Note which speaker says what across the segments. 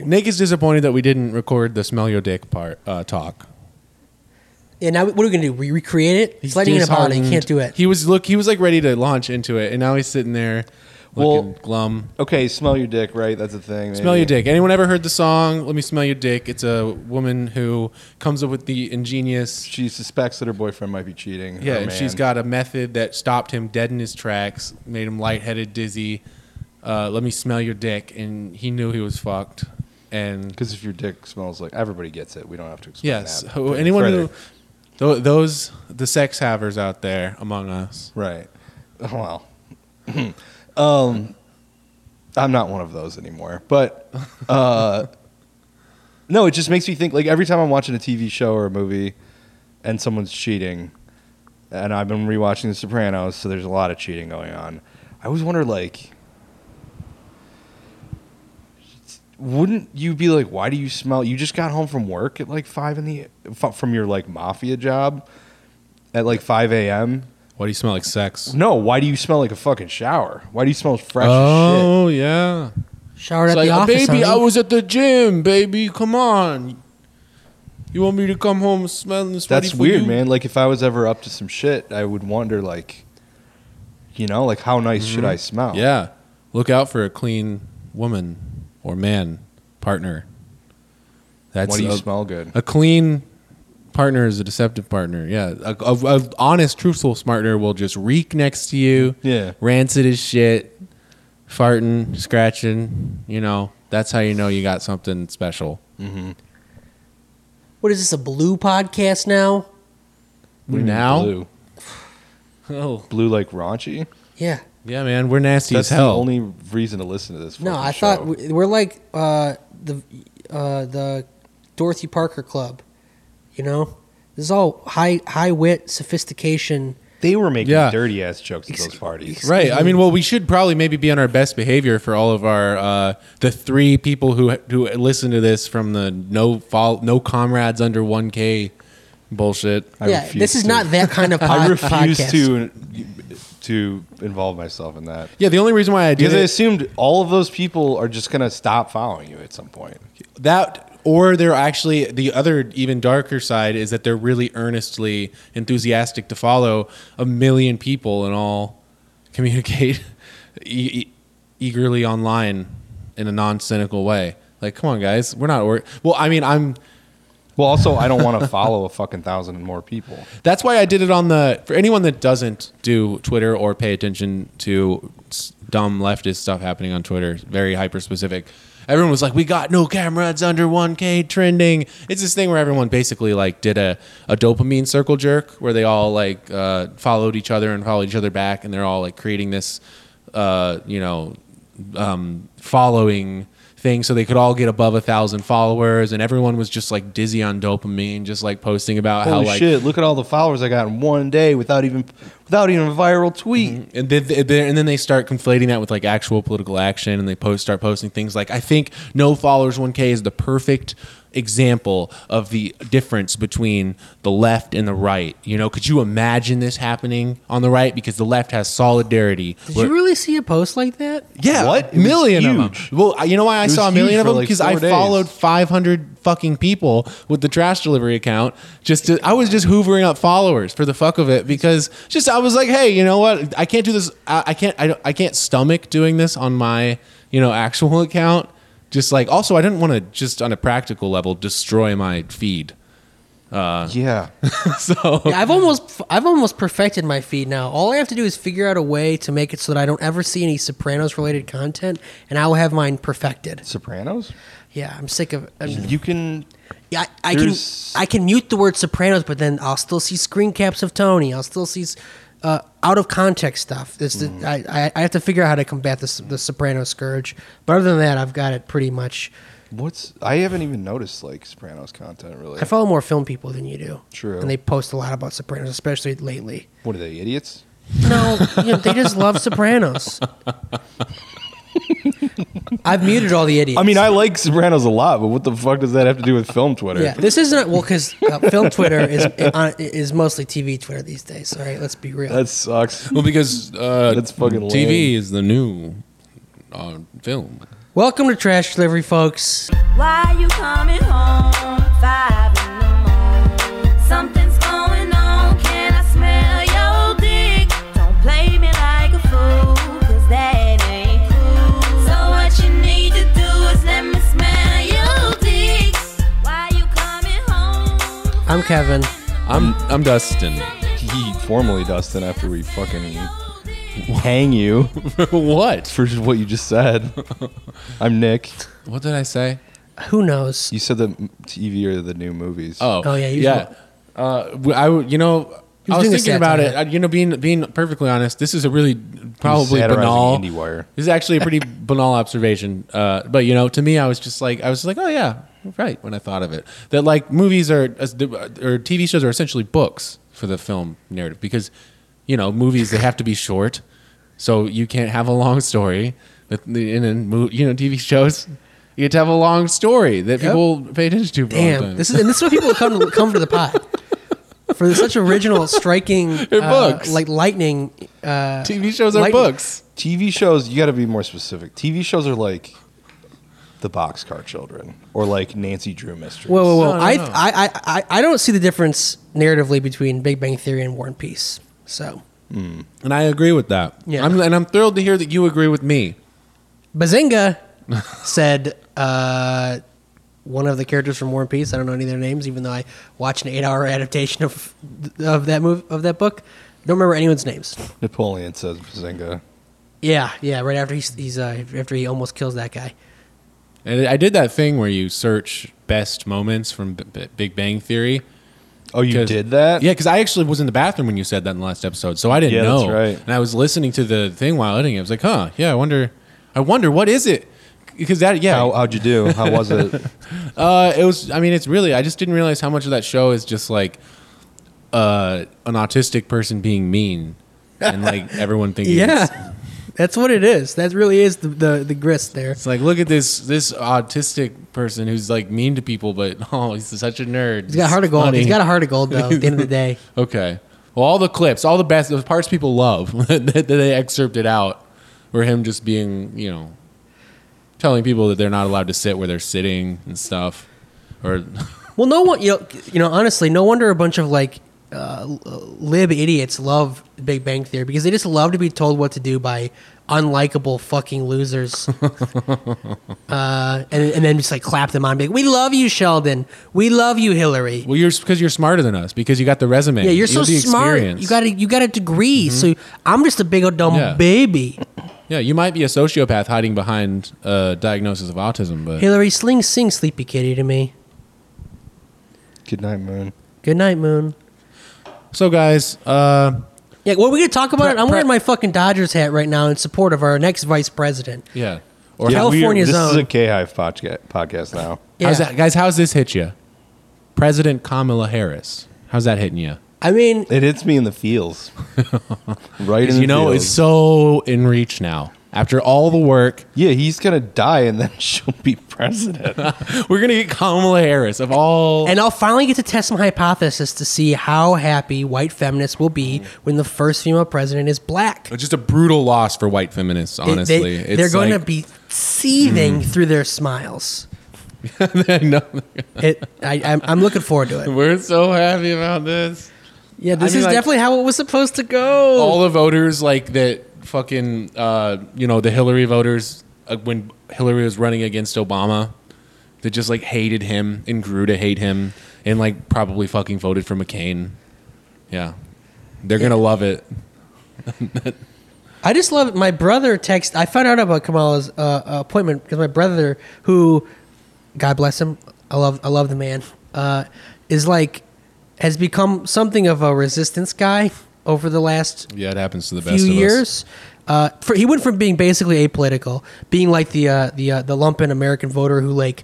Speaker 1: Nick is disappointed that we didn't record the smell your dick part uh, talk.
Speaker 2: Yeah, now what are we gonna do? We recreate it? It's lighting in a bottle. You
Speaker 1: disheartened.
Speaker 2: can't do it.
Speaker 1: He was look. He was like ready to launch into it, and now he's sitting there looking
Speaker 3: Well-
Speaker 1: glum.
Speaker 3: Okay, smell your dick, right? That's a thing. maybe.
Speaker 1: Smell your dick. Anyone ever heard the song "Let Me Smell Your Dick"? It's a woman who comes up with the ingenious
Speaker 3: She suspects that her boyfriend might be cheating.
Speaker 1: Yeah,
Speaker 3: her
Speaker 1: and she's
Speaker 3: Oh, man.
Speaker 1: got a method that stopped him dead in his tracks, made him lightheaded, dizzy. Uh, let me smell your dick, and he knew he was fucked. And
Speaker 3: Because if your dick smells like everybody gets it, we don't have to explain
Speaker 1: yes,
Speaker 3: that.
Speaker 1: who-
Speaker 3: any
Speaker 1: anyone who
Speaker 3: further.
Speaker 1: tho- those the sex havers out there among us.
Speaker 3: right? Well, um, I'm not one of those anymore. But uh, no, it just makes me think. Like every time I'm watching a TV show or a movie, and someone's cheating, and I've been rewatching The Sopranos, so there's a lot of cheating going on. I always wonder, like, wouldn't you be like, why do you smell? You just got home from work at like five in the f- from your like mafia job at like five a.m.
Speaker 1: What do you smell like? Sex.
Speaker 3: No, why do you smell like a fucking shower? Why do you smell fresh as shit?
Speaker 1: Oh yeah.
Speaker 2: Showered
Speaker 1: It's
Speaker 2: at
Speaker 1: like, "Oh,
Speaker 2: the
Speaker 3: uh,
Speaker 2: office.
Speaker 1: baby, I
Speaker 2: honey."
Speaker 1: was at the gym. Baby, come on. You want me to come home smelling sweaty?
Speaker 3: That's
Speaker 1: for
Speaker 3: weird,
Speaker 1: you?
Speaker 3: man. Like if I was ever up to some shit, I would wonder like you know, like how nice should I smell?
Speaker 1: Mm-hmm. Yeah. Look out for a clean woman or man partner. That's
Speaker 3: Why do you
Speaker 1: a,
Speaker 3: smell good?
Speaker 1: a clean partner is a deceptive partner. Yeah. A, a, a honest, truthful partner will just reek next to you,
Speaker 3: Yeah.
Speaker 1: rancid as shit, farting, scratching. You know, that's how you know you got something special.
Speaker 2: What is this? A blue podcast now?
Speaker 3: What do you mean
Speaker 1: now?
Speaker 3: blue.
Speaker 1: Oh,
Speaker 3: Blue like raunchy?
Speaker 2: Yeah.
Speaker 1: yeah, man. We're nasty
Speaker 3: That's
Speaker 1: as hell.
Speaker 3: the only reason to listen to this.
Speaker 2: No,
Speaker 3: fucking
Speaker 2: I thought
Speaker 3: show.
Speaker 2: we, we're like uh, the uh, the Dorothy Parker Club. You know, this is all high high wit, sophistication.
Speaker 3: they were making
Speaker 1: Yeah.
Speaker 3: dirty ass jokes at those
Speaker 2: Ex-
Speaker 3: parties.
Speaker 1: Right. I mean, well, we should probably maybe be on our best behavior for all of our uh, the three people who who listen to this from the no fall no comrades under one k bullshit.
Speaker 3: I
Speaker 2: yeah,
Speaker 3: refuse
Speaker 2: this is
Speaker 3: to-
Speaker 2: not that kind of pod-
Speaker 3: I refuse
Speaker 2: podcast.
Speaker 3: to to involve myself in that.
Speaker 1: Yeah, the only reason why I did
Speaker 3: Because I
Speaker 1: it,
Speaker 3: assumed all of those people are just gonna stop following you at some point.
Speaker 1: that, or they're actually the other even darker side is that they're really earnestly enthusiastic to follow a million people and all communicate e- e- eagerly online in a non cynical way. Like, come on, guys, we're not. Or- well, I mean, I'm.
Speaker 3: Well, also, I don't want to follow a fucking thousand and more people.
Speaker 1: That's why I did it on the. For anyone that doesn't do Twitter or pay attention to s- dumb leftist stuff happening on Twitter, very hyper specific. Everyone was like, "We got no camera. It's under 1K trending." It's this thing where everyone basically like did a, a dopamine circle jerk, where they all like uh, followed each other and followed each other back, and they're all like creating this, uh, you know, um, following thing so they could all get above a thousand followers and everyone was just like dizzy on dopamine just like posting about
Speaker 3: Holy
Speaker 1: how like
Speaker 3: shit! Look at all the followers I got in one day without even without even a viral tweet.
Speaker 1: and then, then- and then they start conflating that with like actual political action and they post start posting things like i think no followers 1k is the perfect example of the difference between the left and the right you know could you imagine this happening on the right because the left has solidarity
Speaker 2: Did
Speaker 1: Where-
Speaker 2: you really see a post like that?
Speaker 1: yeah,
Speaker 3: What? It was
Speaker 1: million of
Speaker 3: huge.
Speaker 1: them? Well, I- you know why I
Speaker 3: was
Speaker 1: saw a
Speaker 3: huge
Speaker 1: million of
Speaker 3: for
Speaker 1: them
Speaker 3: like
Speaker 1: because I
Speaker 3: four days.
Speaker 1: followed 500 fucking people with the trash delivery account. Just to, I was just hoovering up followers for the fuck of it because just I was like, hey, you know what? I can't do this. I, I can't. I, don't- I can't stomach doing this on my you know actual account. Just like also, I didn't want to just on a practical level destroy my feed.
Speaker 3: yeah,
Speaker 1: so
Speaker 2: Yeah, I've almost I've almost perfected my feed now. All I have to do is figure out a way to make it so that I don't ever see any Sopranos related content, and I will have mine perfected.
Speaker 3: Sopranos.
Speaker 2: Yeah, I'm sick of. I'm,
Speaker 3: You can.
Speaker 2: Yeah, I, I can
Speaker 3: There's-
Speaker 2: I can mute the word Sopranos, but then I'll still see screen caps of Tony. I'll still see uh, out of context stuff. It's the,
Speaker 3: Mm.
Speaker 2: I, I I have to figure out how to combat this the Soprano scourge. But other than that, I've got it pretty much.
Speaker 3: What's I haven't even noticed like Sopranos content really.
Speaker 2: I follow more film people than you do.
Speaker 3: True.
Speaker 2: and they post a lot about Sopranos, especially lately.
Speaker 3: What are they idiots?
Speaker 2: No, you know, they just love Sopranos. I've muted all the idiots.
Speaker 3: I mean, I like Sopranos a lot, but what the fuck does that have to do with film Twitter?
Speaker 2: Yeah, this isn't well because uh, film Twitter is uh, is mostly TV Twitter these days. All right, let's be real.
Speaker 3: That sucks.
Speaker 1: well, because uh,
Speaker 3: That's fucking
Speaker 1: TV
Speaker 3: lame.
Speaker 1: is the new uh, film.
Speaker 2: Welcome to Trash Delivery, folks.
Speaker 4: Why you coming home? Five in the morning. Something's going on. Can I smell your dick? Don't play me like a fool, cause that ain't cool. So what you need to do is let me smell your dick. Why you coming home?
Speaker 2: I'm Kevin.
Speaker 1: I'm I'm Dustin.
Speaker 3: He formally Dustin after we fucking hang you
Speaker 1: what?
Speaker 3: for what you just said. I'm Nick.
Speaker 1: What did I say?
Speaker 2: Who knows?
Speaker 3: You said the m- TV or the new movies.
Speaker 1: Oh,
Speaker 2: Oh, yeah, you-
Speaker 1: yeah. Uh, w- I w- you know
Speaker 2: He
Speaker 1: I
Speaker 2: was
Speaker 1: was
Speaker 2: doing a
Speaker 1: thinking about it.
Speaker 2: satire.
Speaker 1: I- You know, being being perfectly honest, this is a really probably
Speaker 3: satirizing
Speaker 1: banal.
Speaker 3: IndieWire.
Speaker 1: This is actually a pretty banal observation. Uh, but you know, to me, I was just like, I was like, oh yeah, right. When I thought of it, that like movies are as- uh, or TV shows are essentially books for the film narrative because you know movies they have to be short, so you can't have a long story. But the- in a mo- you know TV shows. You get to have a long story that
Speaker 2: Yep.
Speaker 1: people pay attention to. for a long
Speaker 2: Damn,
Speaker 1: time.
Speaker 2: this is and this is what people come to, come to the pot for such original, striking, uh,
Speaker 1: books.
Speaker 2: like lightning. Uh,
Speaker 1: TV shows are
Speaker 2: lightning-
Speaker 1: books.
Speaker 3: TV shows, you got to be more specific. TV shows are like The Boxcar Children or like Nancy Drew Mysteries.
Speaker 2: Whoa, whoa, whoa!
Speaker 1: No, no,
Speaker 2: I,
Speaker 1: no.
Speaker 2: I, I, I, I don't see the difference narratively between Big Bang Theory and War and Peace. So,
Speaker 1: And I agree with that.
Speaker 2: Yeah.
Speaker 1: I'm, and I'm thrilled to hear that you agree with me.
Speaker 2: Bazinga said uh, one of the characters from War and Peace. I don't know any of their names, even though I watched an eight-hour adaptation of of that move of that book. Don't remember anyone's names.
Speaker 3: Napoleon says Bazinga.
Speaker 2: Yeah, yeah. Right after he's, he's uh, after he almost kills that guy.
Speaker 1: And I did that thing where you search best moments from B- B- Big Bang Theory.
Speaker 3: Oh, you
Speaker 1: 'Cause-
Speaker 3: did that?
Speaker 1: Yeah, because I actually was in the bathroom when you said that in the last episode, so I didn't
Speaker 3: Yeah, that's
Speaker 1: know.
Speaker 3: right.
Speaker 1: And I was listening to the thing while editing. it. I was like, huh, yeah, I wonder, I wonder what is it? Because that, yeah,
Speaker 3: How, how'd you do? How was it?
Speaker 1: Uh, it was. I mean, it's really. I just didn't realize how much of that show is just like uh, an autistic person being mean and like everyone thinking. it's-
Speaker 2: Yeah, that's what it is. That really is the the, the grist there.
Speaker 1: It's like look at this this autistic person who's like mean to people, but oh, he's such a nerd.
Speaker 2: He's got a heart of gold.
Speaker 1: Funny.
Speaker 2: He's got a heart of gold though. at the end of the day,
Speaker 1: Okay. Well, all the clips, all the best, the parts people love that that they excerpted out were him just being, you know, telling people that they're not allowed to sit where they're sitting and stuff. Or
Speaker 2: Well, no one, you know, you know, honestly, no wonder a bunch of like uh, lib idiots love Big Bang Theory because they just love to be told what to do by unlikable fucking losers, uh, and and then just like clap them on, be like, "We love you, Sheldon. We love you, Hillary."
Speaker 1: well, you're because you're smarter than us because you got the resume.
Speaker 2: Yeah, you're
Speaker 1: You
Speaker 2: so
Speaker 1: have the
Speaker 2: smart.
Speaker 1: experience. Mm-hmm.
Speaker 2: You got a you got a degree. So I'm just a big old dumb
Speaker 1: Yeah.
Speaker 2: baby.
Speaker 1: yeah, you might be a sociopath hiding behind a diagnosis of autism, but
Speaker 2: Hillary, sling sing sleepy kitty to me.
Speaker 3: Good night, Moon.
Speaker 2: Good night, Moon.
Speaker 1: so guys, uh,
Speaker 2: Yeah, well, we gonna talk about
Speaker 1: Pre-
Speaker 2: it. I'm
Speaker 1: pre-
Speaker 2: wearing my fucking Dodgers hat right now in support of our next vice president.
Speaker 1: yeah,
Speaker 2: Yeah, we
Speaker 3: Or
Speaker 2: are- California's
Speaker 3: this is a
Speaker 2: own.
Speaker 3: K Hive podca- podcast now.
Speaker 2: Yeah.
Speaker 1: How's that, guys? How's this hit you, President Kamala Harris? How's that hitting you?
Speaker 2: I mean,
Speaker 3: It hits me in the feels. right in the
Speaker 1: You know,
Speaker 3: feels.
Speaker 1: it's so in reach now. After all the work,
Speaker 3: yeah, he's going to die and then she'll be president.
Speaker 1: we're gonna get Kamala Harris of all.
Speaker 2: and I'll finally get to test my hypothesis to see how happy white feminists will be when the first female president is black.
Speaker 1: just a brutal loss for white feminists. Honestly,
Speaker 2: they, are going to
Speaker 1: like- Mm.
Speaker 2: be seething through their smiles.
Speaker 1: I know.
Speaker 2: It, I, I'm, I'm looking forward to it.
Speaker 1: we're so happy about this.
Speaker 2: Yeah, this
Speaker 1: mean,
Speaker 2: is
Speaker 1: like- Oh.
Speaker 2: definitely how it was supposed to go.
Speaker 1: All the voters like that. Fucking, uh, you know, the Hillary voters uh, when Hillary was running against Obama, that just like hated him and grew to hate him, and like probably fucking voted for McCain. Yeah, they're gonna love it.
Speaker 2: I just love it. my brother text. I found out about Kamala's uh, appointment because my brother, who, God bless him, I love I love the man, uh, is like has become something of a resistance guy over the last
Speaker 1: Yeah, it happens to the best
Speaker 2: few
Speaker 1: of us.
Speaker 2: years. Uh, for, he went from being basically apolitical, being like the uh, the uh, the lumpen American voter who like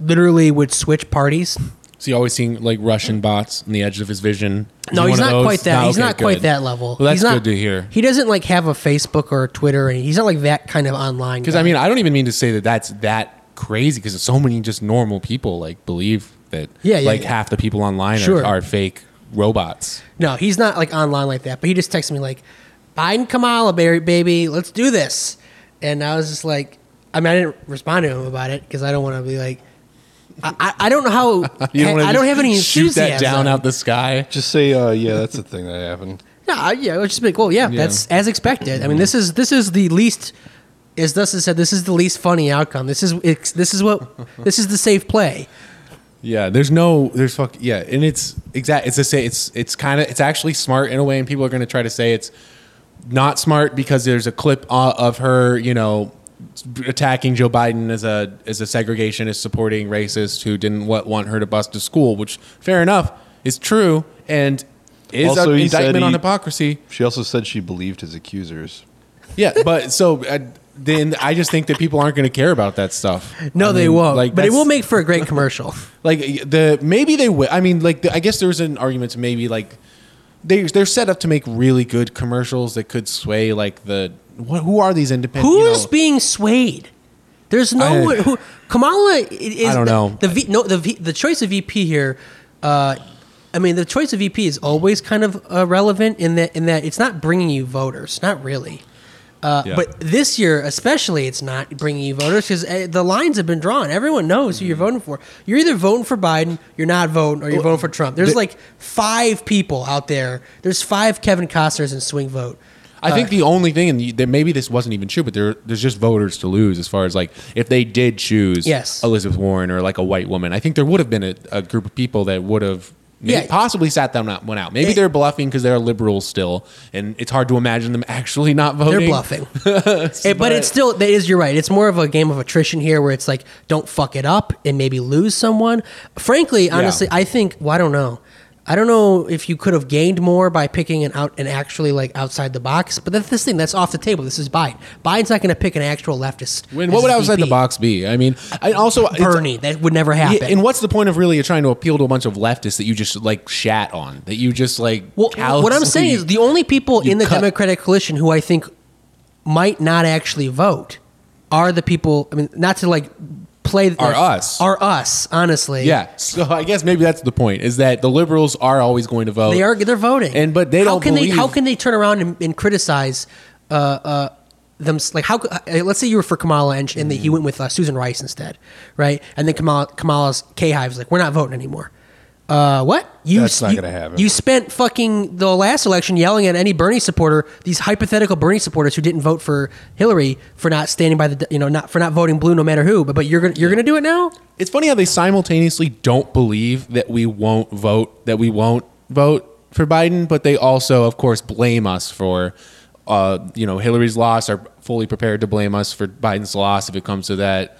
Speaker 2: literally would switch parties.
Speaker 1: So you always seeing like Russian bots on the edge of his vision. Is
Speaker 2: No,
Speaker 1: he
Speaker 2: he's
Speaker 1: one of
Speaker 2: not
Speaker 1: those?
Speaker 2: quite that.
Speaker 1: No,
Speaker 2: he's
Speaker 1: okay,
Speaker 2: not quite
Speaker 1: good.
Speaker 2: that level.
Speaker 1: Well, that's
Speaker 2: he's not,
Speaker 1: good to hear.
Speaker 2: He doesn't like have a Facebook or a Twitter, and he's not like that kind of online.
Speaker 1: Because
Speaker 2: guy.
Speaker 1: I mean, I don't even mean to say that that's that crazy. Because so many just normal people like believe that.
Speaker 2: Yeah, yeah,
Speaker 1: Like
Speaker 2: yeah.
Speaker 1: half the people online
Speaker 2: Sure.
Speaker 1: are, are fake robots.
Speaker 2: No, he's not like online like that. But he just texted me like, Biden Kamala ba- baby, let's do this. And I was just like, I mean, I didn't respond to him about it because I don't want to be like, I, I, I don't know how.
Speaker 1: You don't
Speaker 2: I,
Speaker 1: wanna
Speaker 2: don't have any
Speaker 1: shoot
Speaker 2: enthusiasm.
Speaker 1: that down out the sky.
Speaker 3: Just say, uh, yeah, that's the thing that happened.
Speaker 2: No, I- yeah, I was just like, well, yeah,
Speaker 1: Yeah.
Speaker 2: that's as expected. I mean, this is this is the least, as Dustin said, this is the least funny outcome. This is it's, this is what this is the safe play.
Speaker 1: Yeah, there's no, there's fuck. Yeah, and it's exact. It's a say. It's it's kind of it's actually smart in a way, and people are going to try to say it's not smart because there's a clip uh, of her, you know, attacking Joe Biden as a as a segregationist supporting racist who didn't wa- want her to bus to school, which fair enough is true and is
Speaker 3: Also,
Speaker 1: an
Speaker 3: he said
Speaker 1: indictment on
Speaker 3: he-
Speaker 1: hypocrisy.
Speaker 3: She also said she believed his accusers.
Speaker 1: Yeah, but so uh, then I just think that people aren't going to care about that stuff.
Speaker 2: No,
Speaker 1: I
Speaker 2: they
Speaker 1: mean,
Speaker 2: won't. but it
Speaker 1: that's-
Speaker 2: will make for a great commercial.
Speaker 1: like the maybe they will. I mean, like the, I guess there was an argument to maybe like they they're set up to make really good commercials that could sway like the what, who are these independent?
Speaker 2: Who is being swayed? There's no
Speaker 1: I-
Speaker 2: who, Kamala i- is.
Speaker 1: I don't know.
Speaker 2: The, v, no the v, the choice of VP here. Uh, I mean, the choice of VP is always kind of uh, relevant in that in that it's not bringing you voters, not really. Uh,
Speaker 1: Yeah.
Speaker 2: But this year, especially, it's not bringing you voters because uh, the lines have been drawn. Everyone knows who you're
Speaker 1: Mm-hmm.
Speaker 2: voting for. You're either voting for Biden, you're not voting, or you're voting for Trump. There's
Speaker 1: the-
Speaker 2: like five people out there. There's five Kevin Costner's in swing vote.
Speaker 1: I
Speaker 2: Uh,
Speaker 1: think the only thing, and you- that maybe this wasn't even true, but there, there's just voters to lose as far as like if they did choose
Speaker 2: Yes.
Speaker 1: Elizabeth Warren or like a white woman, I think there would have been a, a group of people that would have may-
Speaker 2: Yeah.
Speaker 1: possibly sat them out, one out. Maybe
Speaker 2: It-
Speaker 1: they're bluffing because they're liberals still, and it's hard to imagine them actually not voting.
Speaker 2: They're bluffing. Eh, but it's still, that is, you're right. It's more of a game of attrition here where it's like, don't fuck it up and maybe lose someone. Frankly, honestly, I think, well, I don't know. I don't know if you could have gained more by picking an out and actually like outside the box, but that's this thing that's off the table. This is Biden. Biden's not going to pick an actual leftist.
Speaker 1: When,
Speaker 2: as
Speaker 1: what would
Speaker 2: his
Speaker 1: outside the
Speaker 2: VP.
Speaker 1: box be? I mean, I also it's-
Speaker 2: Bernie, that would never happen.
Speaker 1: Yeah, and what's the point of really trying to appeal to a bunch of leftists that you just like shat on? That you just like
Speaker 2: Well, what I'm
Speaker 1: callously-
Speaker 2: saying is the only people
Speaker 1: you
Speaker 2: in the
Speaker 1: cut-
Speaker 2: Democratic coalition who I think might not actually vote are the people. I mean, not to like play
Speaker 1: Are
Speaker 2: like,
Speaker 1: us.
Speaker 2: are us honestly.
Speaker 1: yeah. So I guess maybe that's the point is that the liberals are always going to vote.
Speaker 2: they are they're voting,
Speaker 1: Oh. And- but they
Speaker 2: how
Speaker 1: don't
Speaker 2: can
Speaker 1: believe-
Speaker 2: they how can they turn around and, and criticize uh, uh, them like how uh, let's say you were for Kamala and, and that he went with uh, Susan Rice instead, right? And then Kamala Kamala's K Hive's like we're not voting anymore. Uh, what you
Speaker 3: That's not
Speaker 2: you-
Speaker 3: gonna happen.
Speaker 2: You spent fucking the last election yelling at any Bernie supporter, these hypothetical Bernie supporters who didn't vote for Hillary for not standing by the you know not for not voting blue no matter who. But but you're gonna you're gonna do it now.
Speaker 1: it's funny how they simultaneously don't believe that we won't vote that we won't vote for Biden, but they also, of course, blame us for uh, you know Hillary's loss. Are fully prepared to blame us for Biden's loss if it comes to that.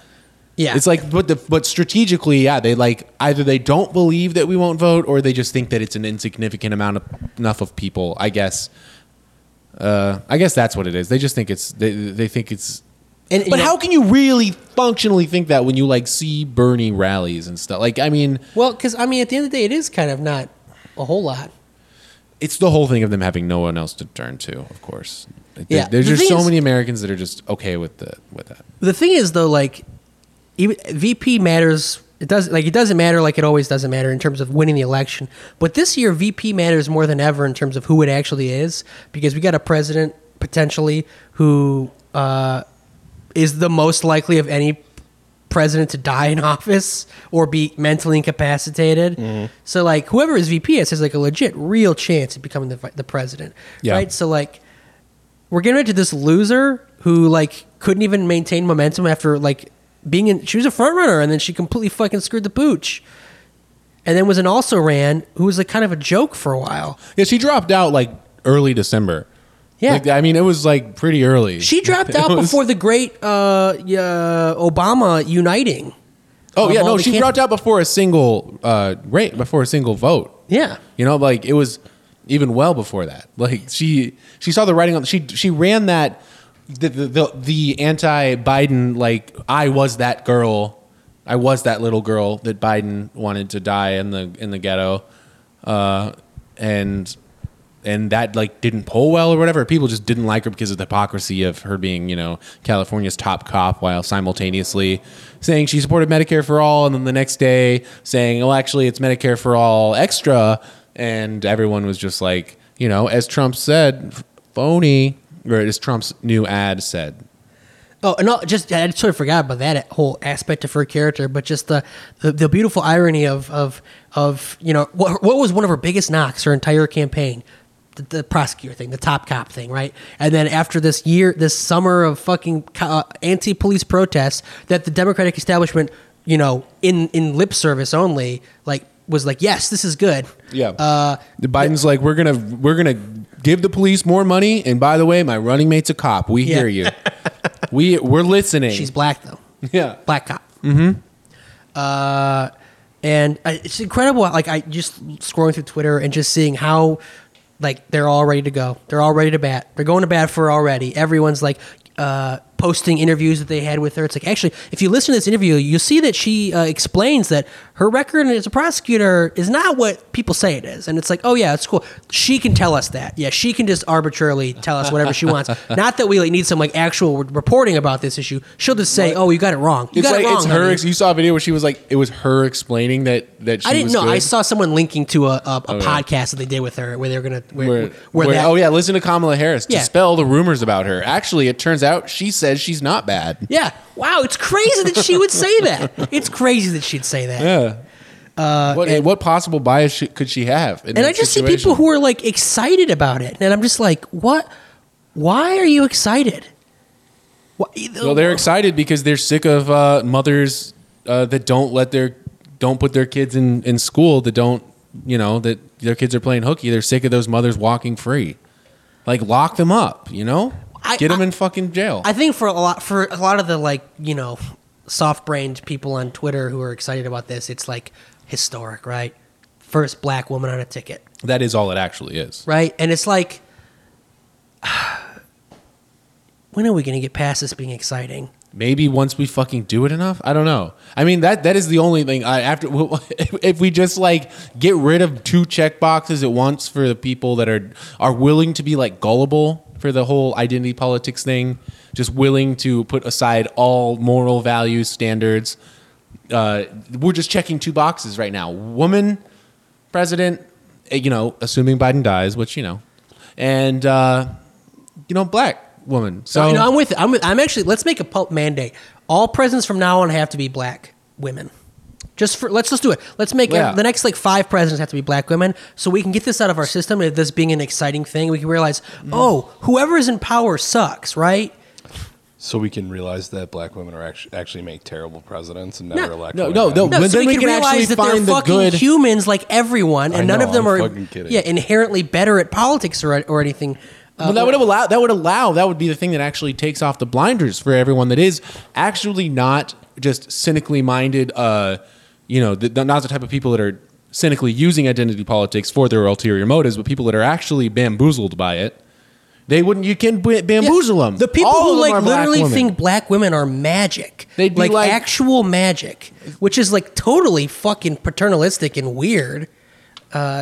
Speaker 2: Yeah,
Speaker 1: It's like, but the but strategically, yeah, they like either they don't believe that we won't vote, or they just think that it's an insignificant amount of enough of people. I guess. Uh, I guess that's what it is. They just think it's they they think it's.
Speaker 2: And, you
Speaker 1: but
Speaker 2: know-
Speaker 1: how can you really functionally think that when you like see Bernie rallies and stuff? Like, I mean,
Speaker 2: well because I mean at the end of the day it is kind of not a whole lot.
Speaker 1: it's the whole thing of them having no one else to turn to. Of course, Like, there-
Speaker 2: Yeah.
Speaker 1: There's
Speaker 2: The
Speaker 1: just
Speaker 2: thing
Speaker 1: so
Speaker 2: is-
Speaker 1: many Americans that are just okay with the with that.
Speaker 2: The thing is though, like even VP matters. It does like it doesn't matter like it always doesn't matter in terms of winning the election. But this year, VP matters more than ever in terms of who it actually is because we got a president potentially who uh, is the most likely of any president to die in office or be mentally incapacitated.
Speaker 1: Mm-hmm.
Speaker 2: So like whoever is VP has has like a legit real chance of becoming the vi- the president.
Speaker 1: Yeah.
Speaker 2: Right. So like we're getting rid of this loser who like couldn't even maintain momentum after like being in she was a front runner and then she completely fucking screwed the pooch. And then was an also ran who was like kind of a joke for a while.
Speaker 1: Yeah, she dropped out like early December.
Speaker 2: Yeah.
Speaker 1: Like, I mean, it was like pretty early.
Speaker 2: She dropped
Speaker 1: It
Speaker 2: out
Speaker 1: was-
Speaker 2: before the great uh, yeah, Obama uniting.
Speaker 1: Oh
Speaker 2: of
Speaker 1: yeah,
Speaker 2: all
Speaker 1: no,
Speaker 2: the
Speaker 1: she
Speaker 2: can-
Speaker 1: dropped out before a single uh, rate, before a single vote.
Speaker 2: Yeah.
Speaker 1: You know, like it was even well before that. Like she she saw the writing on. She she ran that the the the, the anti Biden like I was that girl, I was that little girl that Biden wanted to die in the in the ghetto, uh, and and that like didn't poll well or whatever. People just didn't like her because of the hypocrisy of her being, you know, California's top cop while simultaneously saying she supported Medicare for all and then the next day saying, "Well, actually it's Medicare for all extra." And everyone was just like, you know, as Trump said, phony, or as Trump's new ad said,
Speaker 2: Oh, and all, just I sort of forgot about that whole aspect of her character, but just the the, the beautiful irony of of of you know what, what was one of her biggest knocks her entire campaign, the, the prosecutor thing, the top cop thing, right? And then after this year, this summer of fucking co- uh, anti police protests, that the Democratic establishment, you know, in in lip service only, like was like, yes, this is good.
Speaker 1: Yeah.
Speaker 2: Uh,
Speaker 1: The Biden's like, we're gonna we're gonna give the police more money, and by the way, my running mate's a cop. We
Speaker 2: Yeah.
Speaker 1: hear you. we we're listening.
Speaker 2: she's black though.
Speaker 1: yeah.
Speaker 2: black cop. Mm-hmm. Uh, and I, it's incredible. Like I just scrolling through Twitter and just seeing how like they're all ready to go. They're all ready to bat. They're going to bat for her already. Everyone's like. Uh, posting interviews that they had with her. It's like, actually, if you listen to this interview, you'll see that she uh, explains that her record as a prosecutor is not what people say it is. And it's like, oh, yeah, it's cool. She can tell us that. Yeah, she can just arbitrarily tell us whatever she wants. not that we like, need some like actual reporting about this issue. She'll just say, oh, you got it wrong. You
Speaker 1: It's
Speaker 2: got
Speaker 1: like
Speaker 2: it wrong.
Speaker 1: it's her.
Speaker 2: honey.
Speaker 1: ex- You saw a video where she was like, it was her explaining that that she
Speaker 2: I didn't
Speaker 1: was
Speaker 2: know. I
Speaker 1: good.
Speaker 2: saw someone linking to a, a, a
Speaker 1: yeah.
Speaker 2: podcast that they did with her where they were gonna where,
Speaker 1: Where,
Speaker 2: where,
Speaker 1: where-
Speaker 2: that,
Speaker 1: oh yeah, listen to Kamala Harris
Speaker 2: Yeah.
Speaker 1: dispel the rumors about her. Actually, it turns out she says she's not bad.
Speaker 2: yeah wow it's crazy that she would say that it's crazy that she'd say that
Speaker 1: Yeah. Uh,
Speaker 2: Uh,
Speaker 1: what, what possible bias she, could she have?
Speaker 2: and I just see people who are like excited about it and I'm just like what why are you excited e-, Why-
Speaker 1: Well, they're excited because they're sick of uh, mothers uh, that don't let their don't put their kids in in school that don't you know that their kids are playing hooky. They're sick of those mothers walking free. Like lock them up, you know.
Speaker 2: I-
Speaker 1: Get them
Speaker 2: I-
Speaker 1: in fucking jail.
Speaker 2: I think for a lot for a lot of the like you know soft-brained people on Twitter who are excited about this it's like historic right first black woman on a ticket
Speaker 1: that is all it actually is.
Speaker 2: right? And it's like, when are we going to get past this being exciting?
Speaker 1: Maybe once we fucking do it enough, I don't know. I mean that that is the only thing. I after if we just like get rid of two check boxes at once for the people that are are willing to be like gullible for the whole identity politics thing, just willing to put aside all moral values standards. Uh, we're just checking two boxes right now: woman, president, eh, you know, assuming Biden dies, which you know, and uh, you know, black woman. So
Speaker 2: So you know, I'm with. I'm. With, I'm actually. Let's make a pulp mandate. All presidents from now on have to be black women. Just for let's just do it. Let's make
Speaker 1: Yeah.
Speaker 2: ev- the next like five presidents have to be black women, so we can get this out of our system. and This being an exciting thing, we can realize, oh, whoever is in power sucks, right?
Speaker 3: So we can realize that black women are actually, actually make terrible presidents and
Speaker 2: never
Speaker 3: never
Speaker 2: No, elect
Speaker 3: elect.
Speaker 1: no, no, no.
Speaker 2: No,
Speaker 1: But
Speaker 2: so
Speaker 1: then we
Speaker 2: we can
Speaker 1: can actually
Speaker 2: realize that they're
Speaker 1: find the
Speaker 2: fucking
Speaker 1: good-
Speaker 2: humans like everyone, and
Speaker 3: I
Speaker 2: none
Speaker 3: know,
Speaker 2: of them
Speaker 3: I'm
Speaker 2: are
Speaker 3: fucking kidding.
Speaker 2: yeah inherently better at politics or or anything. Uh,
Speaker 1: Well, that
Speaker 2: or-
Speaker 1: would allow. That would allow. That would be the thing that actually takes off the blinders for everyone that is actually not just cynically minded. Uh, you know, the, the- not the type of people that are cynically using identity politics for their ulterior motives, but people that are actually bamboozled by it. They wouldn't. You can b-
Speaker 2: Yeah.
Speaker 1: bamboozle them.
Speaker 2: The people
Speaker 1: All of
Speaker 2: who
Speaker 1: them are
Speaker 2: like
Speaker 1: black
Speaker 2: literally
Speaker 1: women.
Speaker 2: think black women are magic.
Speaker 1: They'd be
Speaker 2: like,
Speaker 1: like-
Speaker 2: actual magic, which is like totally fucking paternalistic and weird. Uh,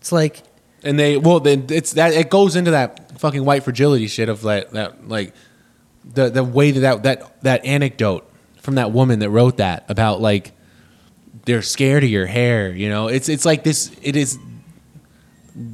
Speaker 2: it's like
Speaker 1: and they well then it's that it goes into that fucking white fragility shit of like that like the the way that that that, that anecdote from that woman that wrote that about like they're scared of your hair you know it's it's like this it is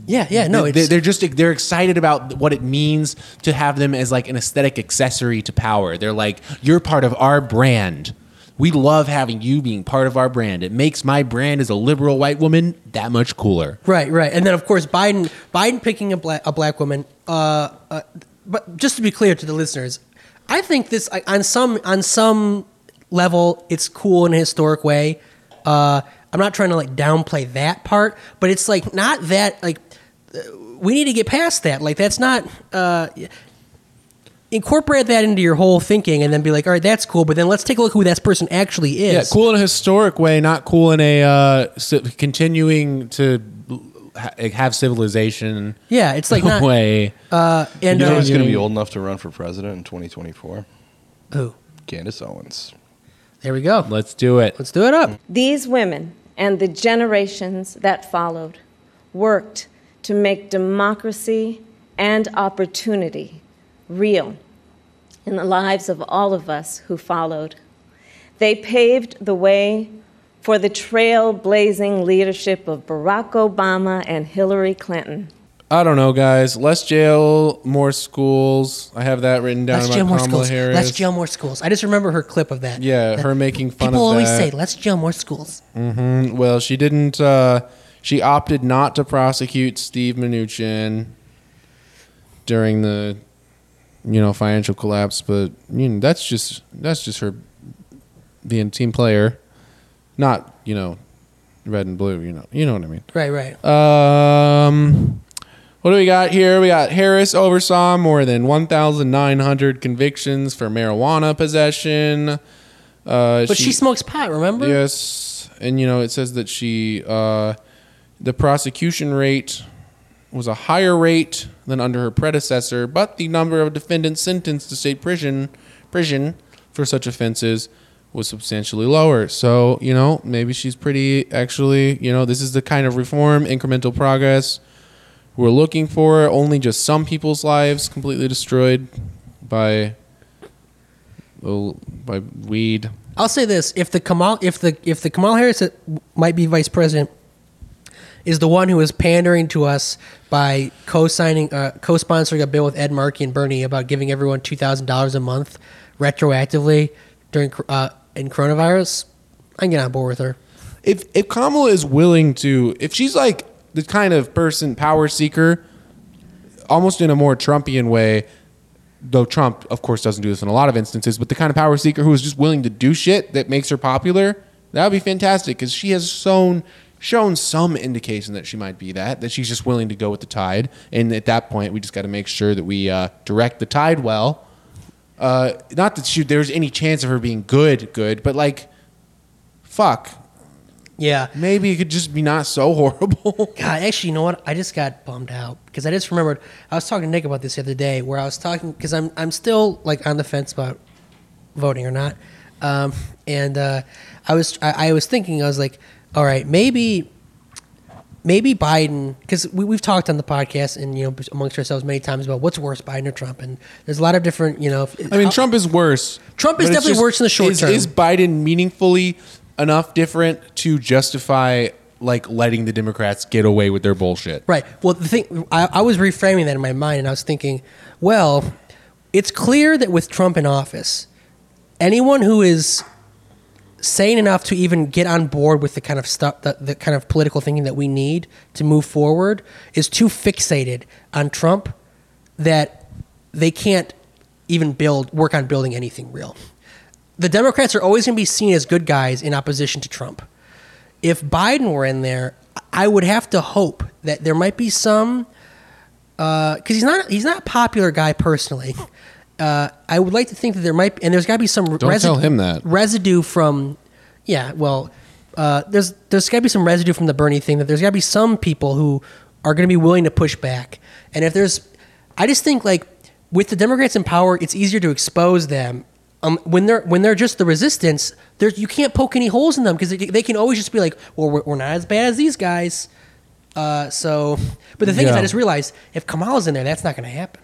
Speaker 2: yeah, yeah, no,
Speaker 1: they,
Speaker 2: it's,
Speaker 1: they're just they're excited about what it means to have them as like an aesthetic accessory to power. They're like, you're part of our brand. We love having you being part of our brand. It makes my brand as a liberal white woman that much cooler.
Speaker 2: right, right. And then of course Biden, Biden picking a black a black woman. Uh, uh, but just to be clear to the listeners, I think this I- on some on some level it's cool in a historic way. Uh, I'm not trying to like downplay that part, but it's like not that like we need to get past that. Like that's not uh, incorporate that into your whole thinking, and then be like, all right, that's cool. But then let's take a look who this person actually is.
Speaker 1: Yeah, cool in a historic way, not cool in a uh, ci- continuing to ha- have civilization
Speaker 2: Yeah, it's like not.
Speaker 1: way.
Speaker 2: Uh, and
Speaker 3: You know
Speaker 2: uh,
Speaker 3: who's going to be old enough to run for president in 2024?
Speaker 2: ooh,
Speaker 3: Candace Owens.
Speaker 2: there we go.
Speaker 1: Let's do it.
Speaker 2: Let's do it up.
Speaker 5: These women and the generations that followed worked to make democracy and opportunity real in the lives of all of us who followed. They paved the way for the trailblazing leadership of Barack Obama and Hillary Clinton.
Speaker 1: I don't know, guys. Less jail, more schools. I have that written down.
Speaker 2: Let's
Speaker 1: in
Speaker 2: jail
Speaker 1: my
Speaker 2: more
Speaker 1: Kamala
Speaker 2: schools.
Speaker 1: Harris.
Speaker 2: Let's jail more schools. I just remember her clip of that.
Speaker 1: Yeah,
Speaker 2: That
Speaker 1: her making fun
Speaker 2: People
Speaker 1: of
Speaker 2: always
Speaker 1: that.
Speaker 2: say, "Let's jail more schools."
Speaker 1: Mm, Well, she didn't. Uh, she opted not to prosecute Steve Mnuchin during the, you know, financial collapse. But you know, that's just that's just her being team player, not you know, red and blue. You know, you know what I mean.
Speaker 2: Right, right.
Speaker 1: Um, what do we got here? We got Harris oversaw more than 1,900 convictions for marijuana possession. Uh,
Speaker 2: But she, smokes pot. Remember?
Speaker 1: Yes, and you know it says that she, uh, the prosecution rate was a higher rate than under her predecessor, but the number of defendants sentenced to state prison, prison for such offenses was substantially lower. So you know maybe she's pretty actually. You know this is the kind of reform, incremental progress we're looking for. Only just some people's lives completely destroyed by. well, By weed,
Speaker 2: I'll say this: if the Kamal, if the if the Kamal Harris that might be vice president is the one who is pandering to us by co-signing, uh, co-sponsoring a bill with Ed Markey and Bernie about giving everyone two thousand dollars a month retroactively during uh, in coronavirus, I can get on board with her.
Speaker 1: if if Kamala is willing to, if she's like the kind of person power seeker, almost in a more Trumpian way, though Trump of course doesn't do this in a lot of instances, but the kind of power seeker who is just willing to do shit that makes her popular, that would be fantastic because she has shown shown some indication that she might be that that she's just willing to go with the tide, and at that point we just got to make sure that we uh, direct the tide well. Uh, not that she, there's any chance of her being good, good, but like, fuck,
Speaker 2: Yeah.
Speaker 1: Maybe it could just be not so horrible.
Speaker 2: God, actually, you know what? I just got bummed out because I just remembered I was talking to Nick about this the other day, where I was talking because I'm I'm still like on the fence about voting or not, um, and uh, I was I, I was thinking I was like, all right, maybe maybe Biden, because we, we've talked on the podcast and you know amongst ourselves many times about what's worse, Biden or Trump, and there's a lot of different you know. if-
Speaker 1: I mean,
Speaker 2: how-
Speaker 1: Trump is worse.
Speaker 2: Trump is
Speaker 1: But it's
Speaker 2: definitely worse in the short
Speaker 1: is,
Speaker 2: term.
Speaker 1: Is Biden meaningfully enough different to justify like letting the Democrats get away with their bullshit?
Speaker 2: Right. Well, the thing I, I was reframing that in my mind, and I was thinking, well, it's clear that with Trump in office, anyone who is sane enough to even get on board with the kind of stuff, the, the kind of political thinking that we need to move forward, is too fixated on Trump that they can't even build work on building anything real. The Democrats are always going to be seen as good guys in opposition to Trump if Biden were in there, I would have to hope that there might be some because Uh, he's not he's not a popular guy personally. Uh, I would like to think that there might and there's got to be some
Speaker 1: Don't tell him that.
Speaker 2: residue from yeah well uh, there's there's got to be some residue from the Bernie thing that there's got to be some people who are going to be willing to push back and if there's I just think like with the Democrats in power it's easier to expose them um, when they're when they're just the resistance there's you can't poke any holes in them because they, they can always just be like well we're, we're not as bad as these guys uh, so but the thing is
Speaker 1: Yeah.
Speaker 2: I just realized if Kamala's in there that's not going to happen.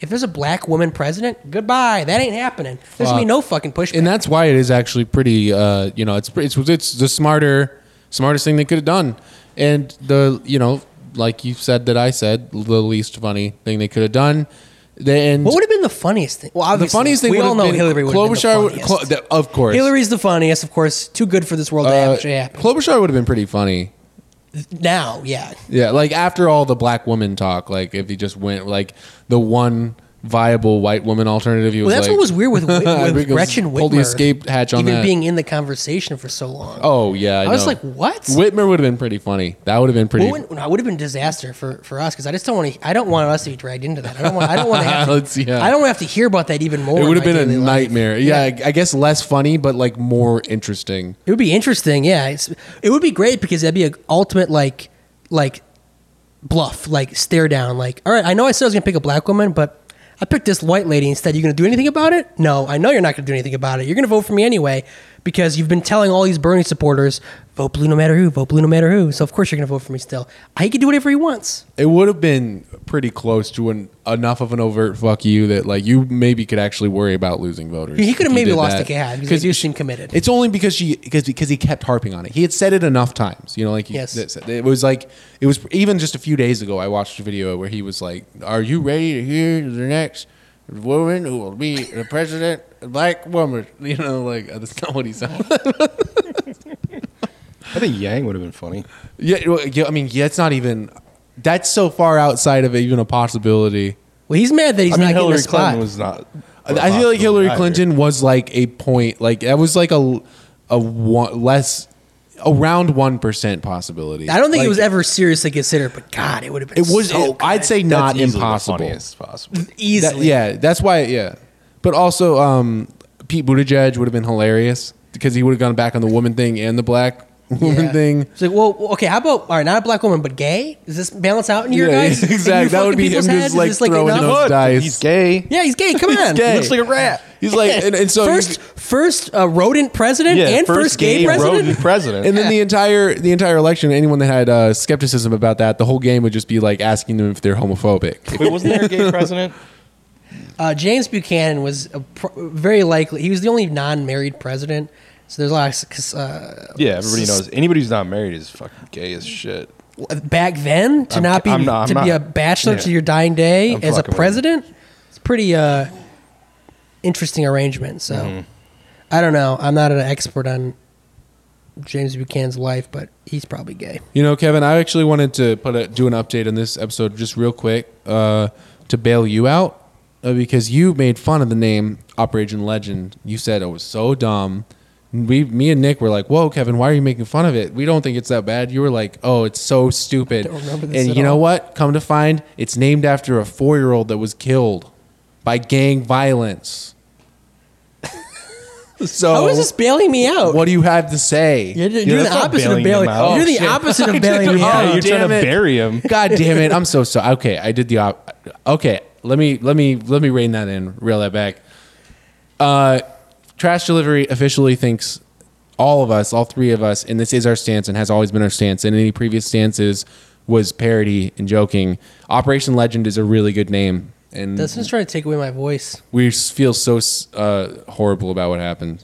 Speaker 2: If there's a black woman president, goodbye. That ain't happening. There's gonna be
Speaker 1: Fuck.
Speaker 2: no fucking pushback.
Speaker 1: And that's why it is actually pretty. Uh, you know, it's pre- it's it's the smarter smartest thing they could have done, and the you know like you said that I said the least funny thing they could have done. Then
Speaker 2: What would have been the funniest thing? Well,
Speaker 1: the
Speaker 2: obviously,
Speaker 1: funniest thing
Speaker 2: we
Speaker 1: would
Speaker 2: all
Speaker 1: have
Speaker 2: know
Speaker 1: been
Speaker 2: Hillary would have been the
Speaker 1: Klobuchar would-
Speaker 2: funniest.
Speaker 1: Klo- the- of course.
Speaker 2: Hillary's the funniest, of course. Too good for this world to
Speaker 1: uh,
Speaker 2: actually happen.
Speaker 1: Klobuchar would have been pretty funny.
Speaker 2: now, yeah,
Speaker 1: Yeah, like after all the black woman talk, like if he just went like the one viable white woman alternative, he was
Speaker 2: well, that's
Speaker 1: like,
Speaker 2: what was weird with, Whit-
Speaker 1: I
Speaker 2: with
Speaker 1: think it was-
Speaker 2: Gretchen Whitmer.
Speaker 1: pulled the escape hatch on
Speaker 2: even
Speaker 1: that.
Speaker 2: being in the conversation for so long.
Speaker 1: Oh yeah, I,
Speaker 2: I was
Speaker 1: know.
Speaker 2: like, what?
Speaker 1: Whitmer would have been pretty funny. That would have been pretty.
Speaker 2: What would, no, it would have been disaster for, for us because I just don't want to. I don't want us to be dragged into that. I don't want. I don't want to. Have to
Speaker 1: Let's- yeah.
Speaker 2: I don't want to have to hear about that even more.
Speaker 1: it
Speaker 2: in
Speaker 1: would have
Speaker 2: my
Speaker 1: been a
Speaker 2: daily life.
Speaker 1: nightmare. Yeah, I, I guess less funny, but like more interesting.
Speaker 2: It would be interesting, yeah. It's, it would be great because that'd be an ultimate like, like, bluff, like stare down. Like, all right, I know I said I was gonna pick a black woman, but I picked this white lady instead. You gonna do anything about it? No, I know you're not gonna do anything about it. You're gonna vote for me anyway. because you've been telling all these Bernie supporters, vote blue no matter who, vote blue no matter who. So of course you're going to vote for me still. He can do whatever he wants.
Speaker 1: It would have been pretty close to an enough of an overt fuck you that like you maybe could actually worry about losing voters.
Speaker 2: He could have
Speaker 1: if you
Speaker 2: maybe
Speaker 1: did
Speaker 2: lost
Speaker 1: that.
Speaker 2: a cab because
Speaker 1: 'Cause
Speaker 2: he
Speaker 1: you
Speaker 2: just seemed committed.
Speaker 1: It's only because she because because he kept harping on it. He had said it enough times, you know. Like he-
Speaker 2: Yes.
Speaker 1: that's- it was like it was even just a few days ago. I watched a video where he was like, "Are you ready to hear the next woman who will be the president, black woman?" You know, like uh, that's not what he said.
Speaker 3: I think Yang would have been funny.
Speaker 1: yeah, well, yeah, I mean, yeah, it's not even. That's so far outside of even a possibility.
Speaker 2: Well, he's mad that he's
Speaker 3: I mean,
Speaker 2: not getting a
Speaker 3: Hillary
Speaker 2: spot.
Speaker 3: Clinton was not.
Speaker 1: I feel like Hillary Clinton was like a point, like that was like a a one, less around one percent possibility.
Speaker 2: I don't think
Speaker 1: Like,
Speaker 2: it was ever seriously considered, but God, it would have been.
Speaker 1: It was.
Speaker 2: so good.
Speaker 1: I'd say not impossible.
Speaker 3: possible.
Speaker 1: That-
Speaker 2: easily.
Speaker 1: yeah, that's why. Yeah, but also um, Pete Buttigieg would have been hilarious because he would have gone back on the woman thing and the black woman
Speaker 2: Yeah.
Speaker 1: thing.
Speaker 2: It's like, well, okay, how about all right, not a black woman, but gay? Does this balance out in your
Speaker 1: Yeah,
Speaker 2: guys?
Speaker 1: yeah,
Speaker 2: In
Speaker 1: exactly.
Speaker 2: you
Speaker 1: That would
Speaker 2: fucking
Speaker 1: be
Speaker 2: people's
Speaker 1: him just,
Speaker 2: heads?
Speaker 1: like,
Speaker 2: Is this,
Speaker 1: throwing
Speaker 2: enough?
Speaker 1: those- Dice.
Speaker 3: He's gay.
Speaker 2: Yeah, he's gay. Come on,
Speaker 1: gay.
Speaker 3: Looks like a rat.
Speaker 1: He's like, and, and so
Speaker 2: first, first uh, rodent president and first, gay, president.
Speaker 3: rodent president.
Speaker 1: And then the entire the entire election, anyone that had uh, skepticism about that, the whole game would just be like asking them if they're homophobic.
Speaker 3: Wait, wasn't there a gay president?
Speaker 2: Uh, James Buchanan was a pro- very likely. He was the only non-married president. So there's a lot of 'cause, uh,
Speaker 3: yeah, everybody knows. Anybody who's not married is fucking gay as shit.
Speaker 2: back then to
Speaker 3: I'm-
Speaker 2: not be
Speaker 3: I'm not- I'm
Speaker 2: to be
Speaker 3: not-
Speaker 2: a bachelor
Speaker 3: yeah.
Speaker 2: to your dying day as a
Speaker 3: I'm fucking with you.
Speaker 2: president. It's pretty uh, interesting arrangement. So
Speaker 3: Mm-hmm.
Speaker 2: I don't know. I'm not an expert on James Buchanan's life, but he's probably gay.
Speaker 1: You know, Kevin, I actually wanted to put a, do an update on this episode just real quick uh, to bail you out uh, because you made fun of the name Operation Legend. You said it was so dumb. We, me and Nick were like, "Whoa, Kevin, why are you making fun of it? We don't think it's that bad." You were like, "Oh, it's so stupid."
Speaker 2: Don't remember this
Speaker 1: and
Speaker 2: at
Speaker 1: you know
Speaker 2: all.
Speaker 1: what? Come to find, it's named after a four-year-old that was killed by gang violence. so
Speaker 2: How is this bailing me out?
Speaker 1: What do you have to say?
Speaker 2: You're, you're
Speaker 3: Oh. that's
Speaker 2: the
Speaker 3: not
Speaker 2: opposite of
Speaker 3: bailing
Speaker 2: bailing.
Speaker 3: him out.
Speaker 2: You're
Speaker 3: Oh,
Speaker 2: the
Speaker 3: shit.
Speaker 2: opposite of bailing me
Speaker 1: Oh,
Speaker 2: out.
Speaker 3: you're
Speaker 1: damn
Speaker 3: trying to
Speaker 1: it.
Speaker 3: bury him.
Speaker 1: God damn it! I'm so sorry. Okay, I did the op- okay. Let me let me let me rein that in. Reel that back. Uh, trash delivery officially thinks all of us, all three of us, and this is our stance and has always been our stance. And any previous stances was parody and joking. Operation Legend is a really good name, and
Speaker 2: That's just trying to take away my voice.
Speaker 1: we s- feel so s- uh, horrible about what happened.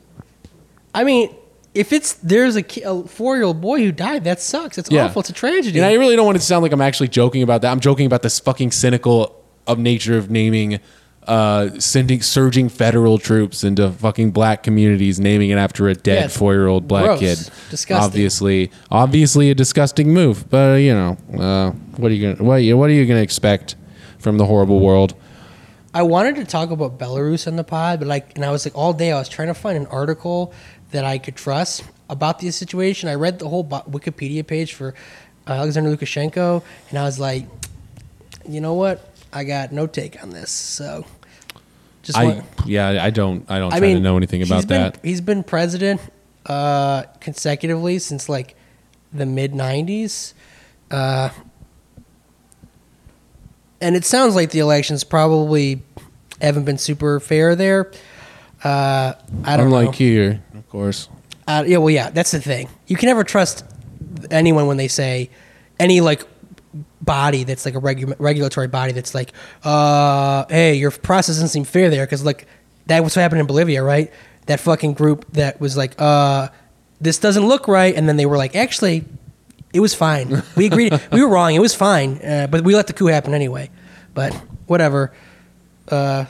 Speaker 2: I mean, if it's there's a, ki- a four year old boy who died, that sucks. It's
Speaker 1: Yeah.
Speaker 2: awful. It's a tragedy.
Speaker 1: And I really don't want it to sound like I'm actually joking about that. I'm joking about this fucking cynical of nature of naming, uh, sending surging federal troops into fucking black communities, naming it after a
Speaker 2: Yeah,
Speaker 1: dead
Speaker 2: it's
Speaker 1: four year old black
Speaker 2: gross.
Speaker 1: kid.
Speaker 2: Disgusting.
Speaker 1: Obviously, obviously a disgusting move. But uh, you know, uh, what are you gonna what are you, what are you gonna expect from the horrible world?
Speaker 2: I wanted to talk about Belarus on the pod, but like, and I was like all day, I was trying to find an article that I could trust about the situation. I read the whole bo- Wikipedia page for uh, Alexander Lukashenko, and I was like, you know what? I got no take on this. So just
Speaker 1: I
Speaker 2: want-
Speaker 1: yeah, I don't I don't
Speaker 2: I
Speaker 1: try
Speaker 2: mean,
Speaker 1: to know anything
Speaker 2: he's
Speaker 1: about
Speaker 2: been-
Speaker 1: that.
Speaker 2: He's been president uh, consecutively since like the mid '90s, uh, and it sounds like the elections probably haven't been super fair there. Uh, I don't
Speaker 1: Unlike
Speaker 2: know.
Speaker 1: here, of course.
Speaker 2: Uh, yeah, well, yeah, that's the thing. You can never trust anyone when they say any like body that's like a regu- regulatory body that's like, uh, hey, your process doesn't seem fair there because like that was what happened in Bolivia, right? That fucking group that was like, uh, this doesn't look right, and then they were like, actually, it was fine. We agreed, we were wrong. It was fine, uh, but we let the coup happen anyway. But whatever. Uh,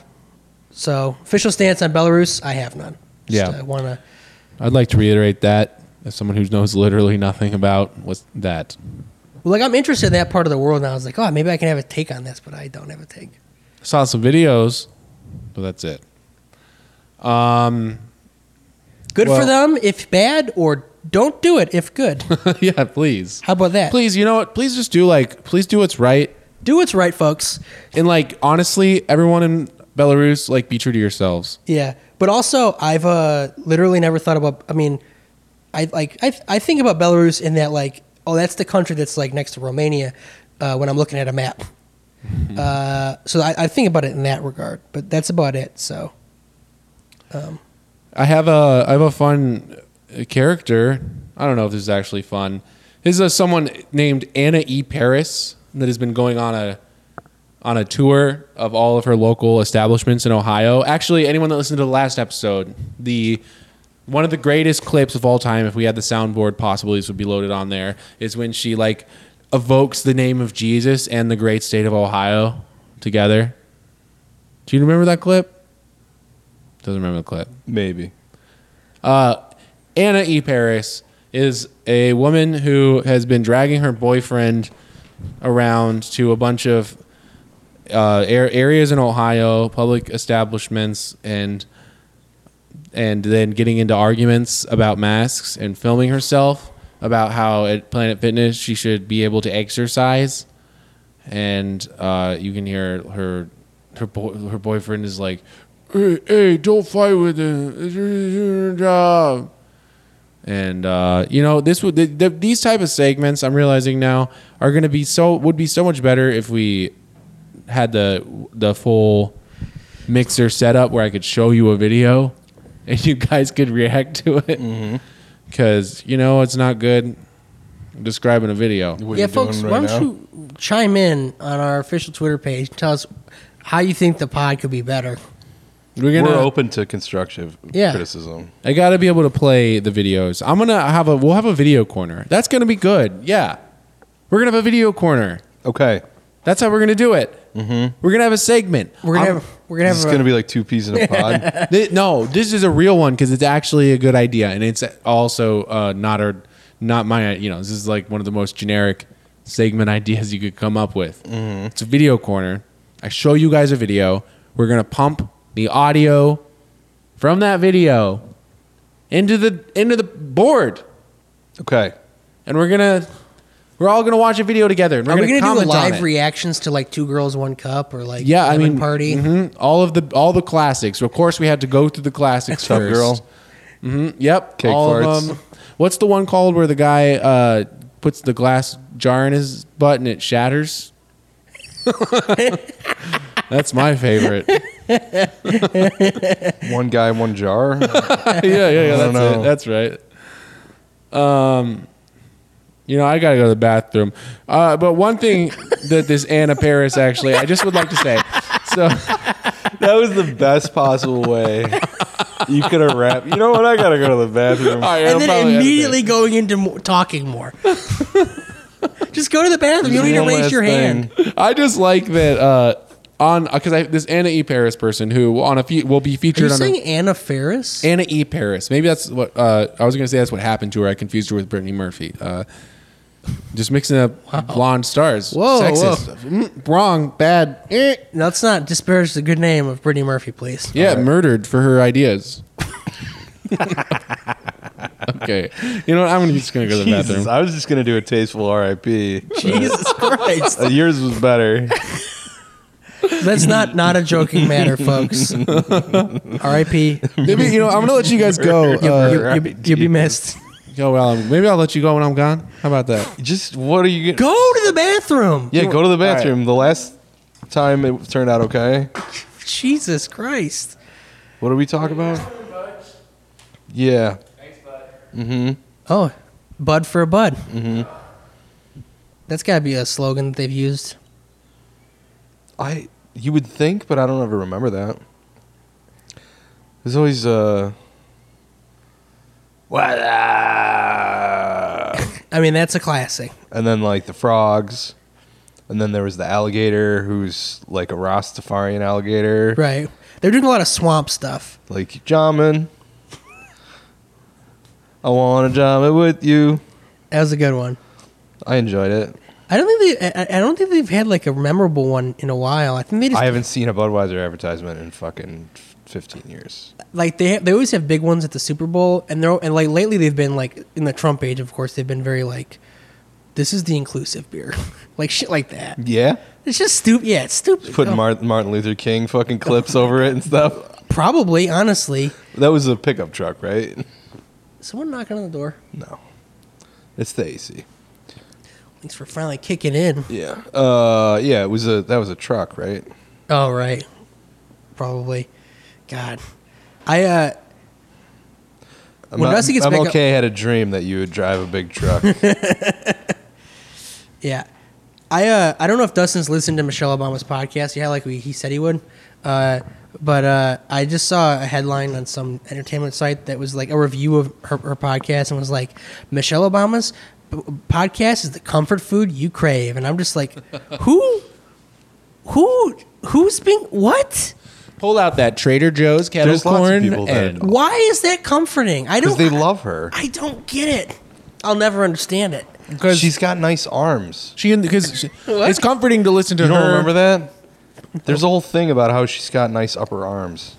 Speaker 2: so official stance on Belarus, I have none. uh,
Speaker 1: Yeah.
Speaker 2: I want to.
Speaker 1: I'd like to reiterate that as someone who knows literally nothing about what's that.
Speaker 2: Well, like I'm interested in that part of the world, and I was like, oh, maybe I can have a take on this, but I don't have a take.
Speaker 1: saw some videos, but that's it.
Speaker 2: Good for
Speaker 1: Well-
Speaker 2: them if bad, or don't do it if good.
Speaker 1: yeah, please.
Speaker 2: How about that?
Speaker 1: Please, you know what? Please just do like, please do what's right.
Speaker 2: do what's right, folks.
Speaker 1: And like, honestly, everyone in Belarus, like, be true to yourselves.
Speaker 2: Yeah, but also I've uh, literally never thought about. I mean, I like I I think about Belarus in that like, oh, that's the country that's like next to Romania uh, when I'm looking at a map.
Speaker 1: Mm-hmm.
Speaker 2: Uh, so I, I think about it in that regard, but that's about it. So
Speaker 1: I have a I have a fun uh, character. I don't know if this is actually fun. This is uh, someone named Anna E. Paris that has been going on a on a tour of all of her local establishments in Ohio. Actually, anyone that listened to the last episode, the one of the greatest clips of all time, if we had the soundboard, possibly this would be loaded on there, is when she like evokes the name of Jesus and the great state of Ohio together. Do you remember that clip? Doesn't remember the clip.
Speaker 3: Maybe.
Speaker 1: Uh, Anna E. Paris is a woman who has been dragging her boyfriend around to a bunch of uh, air areas in Ohio, public establishments, and and then getting into arguments about masks and filming herself about how at Planet Fitness she should be able to exercise, and uh, you can hear her her boy, her boyfriend is like, "Hey, hey don't fight with him. It's your- it's your job." and uh, you know this would th- th- these type of segments i'm realizing now are going to be so would be so much better if we had the the full mixer setup where i could show you a video and you guys could react to it because you know it's not good describing a video
Speaker 3: What
Speaker 2: yeah,
Speaker 3: you doing
Speaker 2: folks,
Speaker 3: right
Speaker 2: why don't
Speaker 3: now?
Speaker 2: you chime in on our official Twitter page? and Tell us how you think the pod could be better.
Speaker 1: we're gonna
Speaker 3: We're open to constructive
Speaker 2: Yeah.
Speaker 3: criticism.
Speaker 1: i gotta be able to play the videos i'm gonna have a we'll have a video corner that's gonna be good yeah we're gonna have a video corner
Speaker 3: Okay.
Speaker 1: that's how we're gonna do it mm-hmm. we're gonna have a segment
Speaker 2: We're gonna
Speaker 1: I'm-
Speaker 2: have, we're gonna
Speaker 3: This
Speaker 2: have
Speaker 3: is
Speaker 2: a,
Speaker 3: going to be like two peas in a pod.
Speaker 1: Thi- no, this is a real one because it's actually a good idea, and it's also uh, not a not my you know this is like one of the most generic segment ideas you could come up with. It's a video corner. I show you guys a video. We're gonna pump the audio from that video into the into the board,
Speaker 3: Okay.
Speaker 1: and we're gonna we're all gonna watch a video together. And we're
Speaker 2: are we
Speaker 1: gonna,
Speaker 2: gonna do
Speaker 1: comment on
Speaker 2: live
Speaker 1: it.
Speaker 2: reactions to like two girls, one cup, or like
Speaker 1: Yeah, I
Speaker 2: Lemon
Speaker 1: mean
Speaker 2: party?
Speaker 1: mhm, all of the all the classics. Of course, we had to go through the classics
Speaker 3: Sub
Speaker 1: first. Mm-hmm.
Speaker 3: girl.
Speaker 1: Yep.
Speaker 3: Cake
Speaker 1: all of
Speaker 3: farts.
Speaker 1: them. What's the one called where the guy uh, puts the glass jar in his butt and it shatters? That's my favorite. yeah,
Speaker 3: One guy, one jar.
Speaker 1: yeah, yeah.
Speaker 3: I
Speaker 1: That's
Speaker 3: don't
Speaker 1: it.
Speaker 3: know.
Speaker 1: That's right. Um, you know, I gotta go to the bathroom. Uh, but one thing that this Anna Paris actually, I just would like to say. So
Speaker 3: That was the best possible way you could have wrapped. You know what? I gotta go to the bathroom.
Speaker 2: And then immediately going into more, talking more. Just go to the bathroom. You don't need to raise your hand.
Speaker 1: I just like that uh, on because this Anna E Paris person who on a few will be
Speaker 2: Are you
Speaker 1: featured on. a,
Speaker 2: saying Anna Ferris?
Speaker 1: Anna E. Paris. Maybe that's what uh, I was going to say. That's what happened to her. I confused her with Brittany Murphy. Uh, just mixing up blonde stars.
Speaker 2: Whoa,
Speaker 1: Sexist. Mm, wrong, bad. Eh.
Speaker 2: Now, let's not disparage the good name of Brittany Murphy, please.
Speaker 1: Yeah, murdered for her ideas. okay, you know what? I'm just going to go to the
Speaker 3: Jesus,
Speaker 1: bathroom.
Speaker 3: I was just gonna do a tasteful RIP.
Speaker 2: Jesus Christ.
Speaker 3: Uh, Yours was better.
Speaker 2: That's not not a joking matter, folks. R.I.P.
Speaker 1: Maybe you know I'm going to let you guys go. Uh,
Speaker 2: You, you, you'll be missed.
Speaker 1: go well. Maybe I'll let you go when I'm gone. How about that?
Speaker 3: Just what are you
Speaker 2: Go
Speaker 3: gonna?
Speaker 2: to the bathroom.
Speaker 3: Yeah, go to the bathroom. The last time it turned out okay.
Speaker 2: Jesus Christ.
Speaker 3: What do we talk about? Yeah,
Speaker 2: Oh, bud for a bud. Mm-hmm.
Speaker 3: Mm-hmm.
Speaker 2: That's got to be a slogan that they've used.
Speaker 3: I. You would think, but I don't ever remember that. There's always uh. What? up?
Speaker 2: I mean, that's a classic.
Speaker 3: and then like the frogs, and then there was the alligator who's like a Rastafarian alligator,
Speaker 2: Right. They're doing a lot of swamp stuff.
Speaker 3: like jamming. I wanna jam it with you.
Speaker 2: That was a good one.
Speaker 3: I enjoyed it.
Speaker 2: I don't think they. I, I don't think they've had like a memorable one in a while. I think they just
Speaker 3: I haven't seen a Budweiser advertisement in fucking f- fifteen years.
Speaker 2: like they they always have big ones at the Super Bowl, and they're and like lately they've been like in the Trump age, of course, they've been very like, this is the inclusive beer, like shit like that.
Speaker 3: Yeah,
Speaker 2: It's just stupid. Yeah, it's stupid.
Speaker 3: putting
Speaker 2: Oh,
Speaker 3: Martin, Martin Luther King fucking clips over it and stuff.
Speaker 2: probably honestly,
Speaker 3: That was a pickup truck, right?
Speaker 2: someone knocking on the door.
Speaker 3: No, it's the AC.
Speaker 2: Thanks for finally kicking in.
Speaker 3: Yeah, uh, yeah. It was a that was a truck, right?
Speaker 2: Oh right, probably. God, I uh, when Rusty gets back up,
Speaker 3: MLK had a dream that you would drive a big truck.
Speaker 2: yeah, I uh, I don't know if Dustin's listened to Michelle Obama's podcast. Yeah, like we, he said he would. Uh, but uh, I just saw a headline on some entertainment site that was like a review of her, her podcast and was like Michelle Obama's p- podcast is the comfort food you crave, and I'm just like, who, who, who's being what?
Speaker 1: Pull out that Trader Joe's kettle
Speaker 3: There's lots of
Speaker 1: corn.
Speaker 3: people that-
Speaker 1: and-
Speaker 2: Why is that comforting? I don't.
Speaker 3: Because they love her.
Speaker 2: I don't get it. I'll never understand it.
Speaker 1: 'cause
Speaker 3: She's got nice arms.
Speaker 1: she because it's comforting to listen to
Speaker 3: You
Speaker 1: her.
Speaker 3: don't remember that? There's a whole thing about how she's got nice upper arms.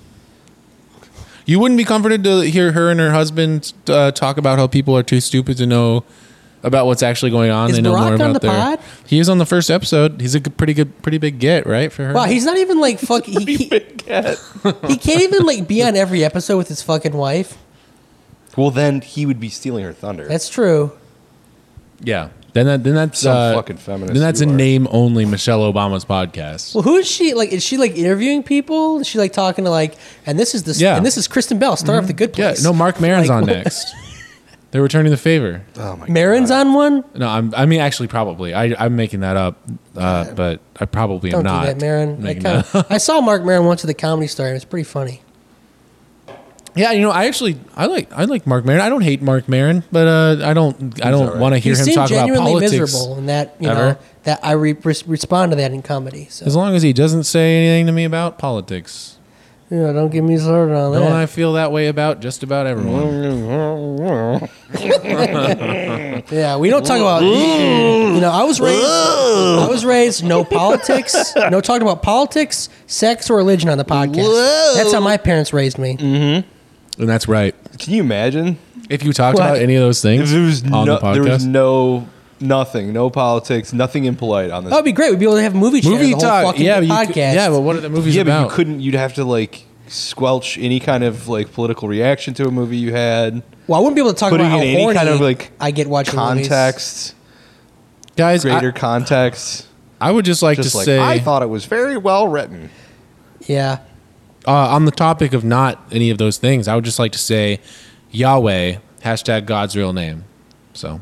Speaker 1: You wouldn't be comforted to hear her and her husband uh, talk about how people are too stupid to know about what's actually going on.
Speaker 2: Is
Speaker 1: they know
Speaker 2: Barack
Speaker 1: more
Speaker 2: on
Speaker 1: about
Speaker 2: the
Speaker 1: their.
Speaker 2: pod?
Speaker 1: He is on the first episode. He's a g- pretty good, pretty big get right for her.
Speaker 2: Wow, he's not even like fuck. He, he, he can't even like be on every episode with his fucking wife.
Speaker 3: Well, then he would be stealing her thunder.
Speaker 2: That's true.
Speaker 1: yeah. Then that, then that's
Speaker 3: Some
Speaker 1: uh,
Speaker 3: fucking feminist
Speaker 1: Then that's a
Speaker 3: you are.
Speaker 1: name only Michelle Obama's podcast.
Speaker 2: Well, who is she? Like, is she like interviewing people? Is she like talking to like? And this is this.
Speaker 1: Yeah.
Speaker 2: And this is Kristen Bell, star of the Good
Speaker 1: yeah,
Speaker 2: Place.
Speaker 1: no, Mark Maron's
Speaker 2: Like,
Speaker 1: on
Speaker 2: what-
Speaker 1: next. They're returning the favor.
Speaker 3: oh my
Speaker 2: Marin's on one.
Speaker 1: No, I'm, I mean, actually, probably. I, I'm making that up, uh, but I probably
Speaker 2: Don't
Speaker 1: am not.
Speaker 2: do that, Marin. I,
Speaker 1: making
Speaker 2: kinda,
Speaker 1: that up.
Speaker 2: I saw Mark Marin once at the Comedy Store, and it's pretty funny.
Speaker 1: Yeah, you know, I actually I like I like Mark Maron. I don't hate Mark Maron, but uh, I don't I don't
Speaker 3: alright.
Speaker 1: want to hear
Speaker 2: he
Speaker 1: him
Speaker 2: seemed
Speaker 1: talk about
Speaker 2: genuinely
Speaker 1: politics.
Speaker 2: miserable, and that you
Speaker 1: ever.
Speaker 2: know that I re- res- respond to that in comedy. So
Speaker 1: As long as he doesn't say anything to me about politics,
Speaker 2: you know, don't get me started on
Speaker 1: don't I
Speaker 2: that.
Speaker 1: feel that way about just about
Speaker 3: Mm.
Speaker 1: everyone?
Speaker 2: yeah, we don't talk about.
Speaker 3: Mm.
Speaker 2: you know, I was raised. I was raised no politics, no talking about politics, sex, or religion on the podcast. That's how my parents raised me.
Speaker 3: Mm.
Speaker 1: And that's right.
Speaker 3: Can you imagine?
Speaker 1: If you talked
Speaker 2: What?
Speaker 1: about any of those
Speaker 3: If
Speaker 1: things
Speaker 3: there was,
Speaker 1: on
Speaker 3: no,
Speaker 1: the podcast,
Speaker 3: there was no nothing, no politics, nothing impolite on this.
Speaker 2: That would be great. We'd be able to have movie, chatter
Speaker 1: movie
Speaker 2: the whole
Speaker 1: talk,
Speaker 2: fucking
Speaker 1: yeah, but you
Speaker 2: podcast.
Speaker 1: could- yeah, but what are the movies
Speaker 3: yeah,
Speaker 1: about?
Speaker 3: but you couldn't. You'd have to like squelch any kind of like political reaction to a movie you had.
Speaker 2: well, I wouldn't be able to talk
Speaker 3: Putting
Speaker 2: about how
Speaker 3: in any
Speaker 2: horny
Speaker 3: kind of like
Speaker 2: I get watching movies.
Speaker 3: context,
Speaker 1: Guys,
Speaker 3: greater
Speaker 1: I,
Speaker 3: context.
Speaker 1: I would just like
Speaker 3: Just
Speaker 1: to
Speaker 3: like
Speaker 1: say
Speaker 3: I thought it was very well written.
Speaker 2: Yeah,
Speaker 1: uh, on the topic of not any of those things, I would just like to say Yahweh hashtag God's real name. So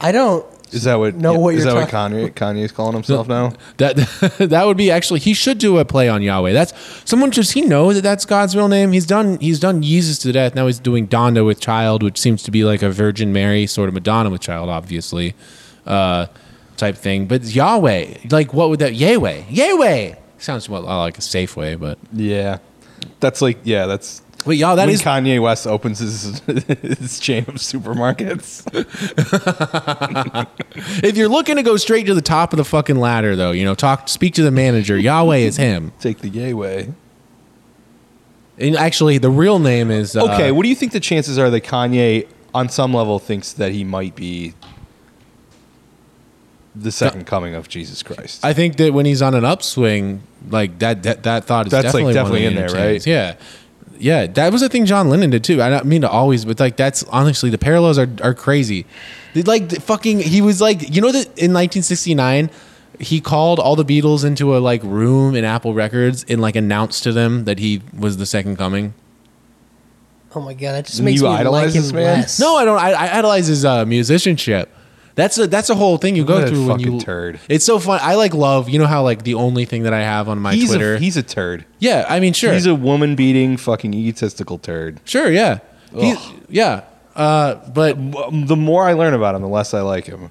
Speaker 2: I don't.
Speaker 3: Is that what?
Speaker 2: Know what
Speaker 3: is
Speaker 2: you're
Speaker 3: that what
Speaker 2: talking-
Speaker 3: Kanye Kanye's calling himself now?
Speaker 1: That that would be actually he should do a play on Yahweh. That's someone just he knows that that's God's real name. He's done he's done Jesus to death. Now he's doing Donda with Child, which seems to be like a Virgin Mary sort of Madonna with Child, obviously, uh, type thing. But Yahweh, like what would that Yahweh Yahweh sounds well uh, like a safe way, but
Speaker 3: Yeah, that's like yeah, that's.
Speaker 1: but Yah that
Speaker 3: when
Speaker 1: is
Speaker 3: Kanye West opens his, his chain of supermarkets.
Speaker 1: if you're looking to go straight to the top of the fucking ladder though, you know talk speak to the manager. Yahweh is him,
Speaker 3: Take the gay way.
Speaker 1: and actually the real name is uh,
Speaker 3: Okay, what do you think the chances are that Kanye, on some level, thinks that he might be the second coming of Jesus Christ?
Speaker 1: I think that when he's on an upswing, like that that, that thought is
Speaker 3: That's,
Speaker 1: definitely,
Speaker 3: like,
Speaker 1: one of the
Speaker 3: definitely in there,
Speaker 1: entertainers. Yeah, yeah, that was a thing John Lennon did too. I don't mean to always, but like that's honestly the parallels are are crazy. They, Like the fucking, he was like you know that in 1969. He called all the Beatles into a like room in Apple Records and like announced to them that he was the second coming.
Speaker 2: Oh my god, that just
Speaker 3: You
Speaker 2: makes me like
Speaker 3: idolize
Speaker 2: him
Speaker 3: this man?
Speaker 2: less.
Speaker 1: No, I don't. I, I idolize his uh, musicianship. That's a that's a whole thing you go
Speaker 3: What a
Speaker 1: through when
Speaker 3: fucking
Speaker 1: you.
Speaker 3: turd.
Speaker 1: It's so fun. I like love. You know how like the only thing that I have on my
Speaker 3: he's
Speaker 1: Twitter.
Speaker 3: a he's a turd.
Speaker 1: yeah, I mean sure.
Speaker 3: He's a woman beating fucking egotistical turd.
Speaker 1: Sure, yeah. He,
Speaker 3: Ugh.
Speaker 1: yeah. Uh, but
Speaker 3: W- The more I learn about him, the less I like him.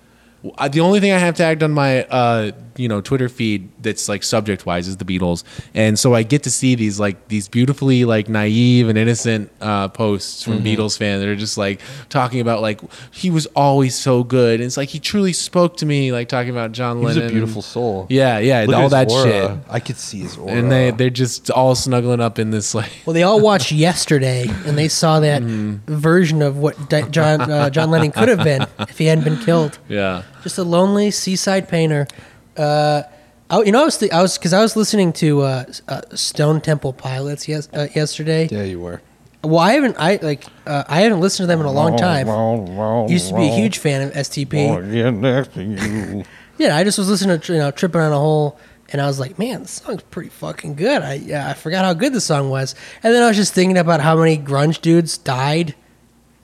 Speaker 1: I- the only thing I have tagged on my uh, you know Twitter feed that's like subject wise is the Beatles, and so I get to see these like these beautifully like naive and innocent uh, posts
Speaker 3: Mm-hmm.
Speaker 1: from Beatles fans that are just like talking about like he was always so good, and it's like he truly spoke to me like talking about John
Speaker 3: He's
Speaker 1: Lennon.
Speaker 3: a beautiful soul.
Speaker 1: Yeah, yeah,
Speaker 3: Look at
Speaker 1: all
Speaker 3: his
Speaker 1: that
Speaker 3: aura.
Speaker 1: shit.
Speaker 3: I could see his aura.
Speaker 1: And they they're just all snuggling up in this like
Speaker 2: Well, they all watched yesterday, and they saw that
Speaker 3: Mm.
Speaker 2: version of what Di- John uh, John Lennon could have been if he hadn't been killed.
Speaker 1: yeah.
Speaker 2: Just a lonely seaside painter. Uh, I, you know, I was th- I was because I was listening to uh, s- uh, Stone Temple Pilots yes- uh, yesterday.
Speaker 3: yeah, you were.
Speaker 2: Well, I haven't I like uh, I haven't listened to them in a long time. Used to be a huge fan of STP.
Speaker 6: Yeah, next to you.
Speaker 2: Yeah, I just was listening to you know tripping on a whole and I was like, man, this song's pretty fucking good. I yeah, I forgot how good the song was, and then I was just thinking about how many grunge dudes died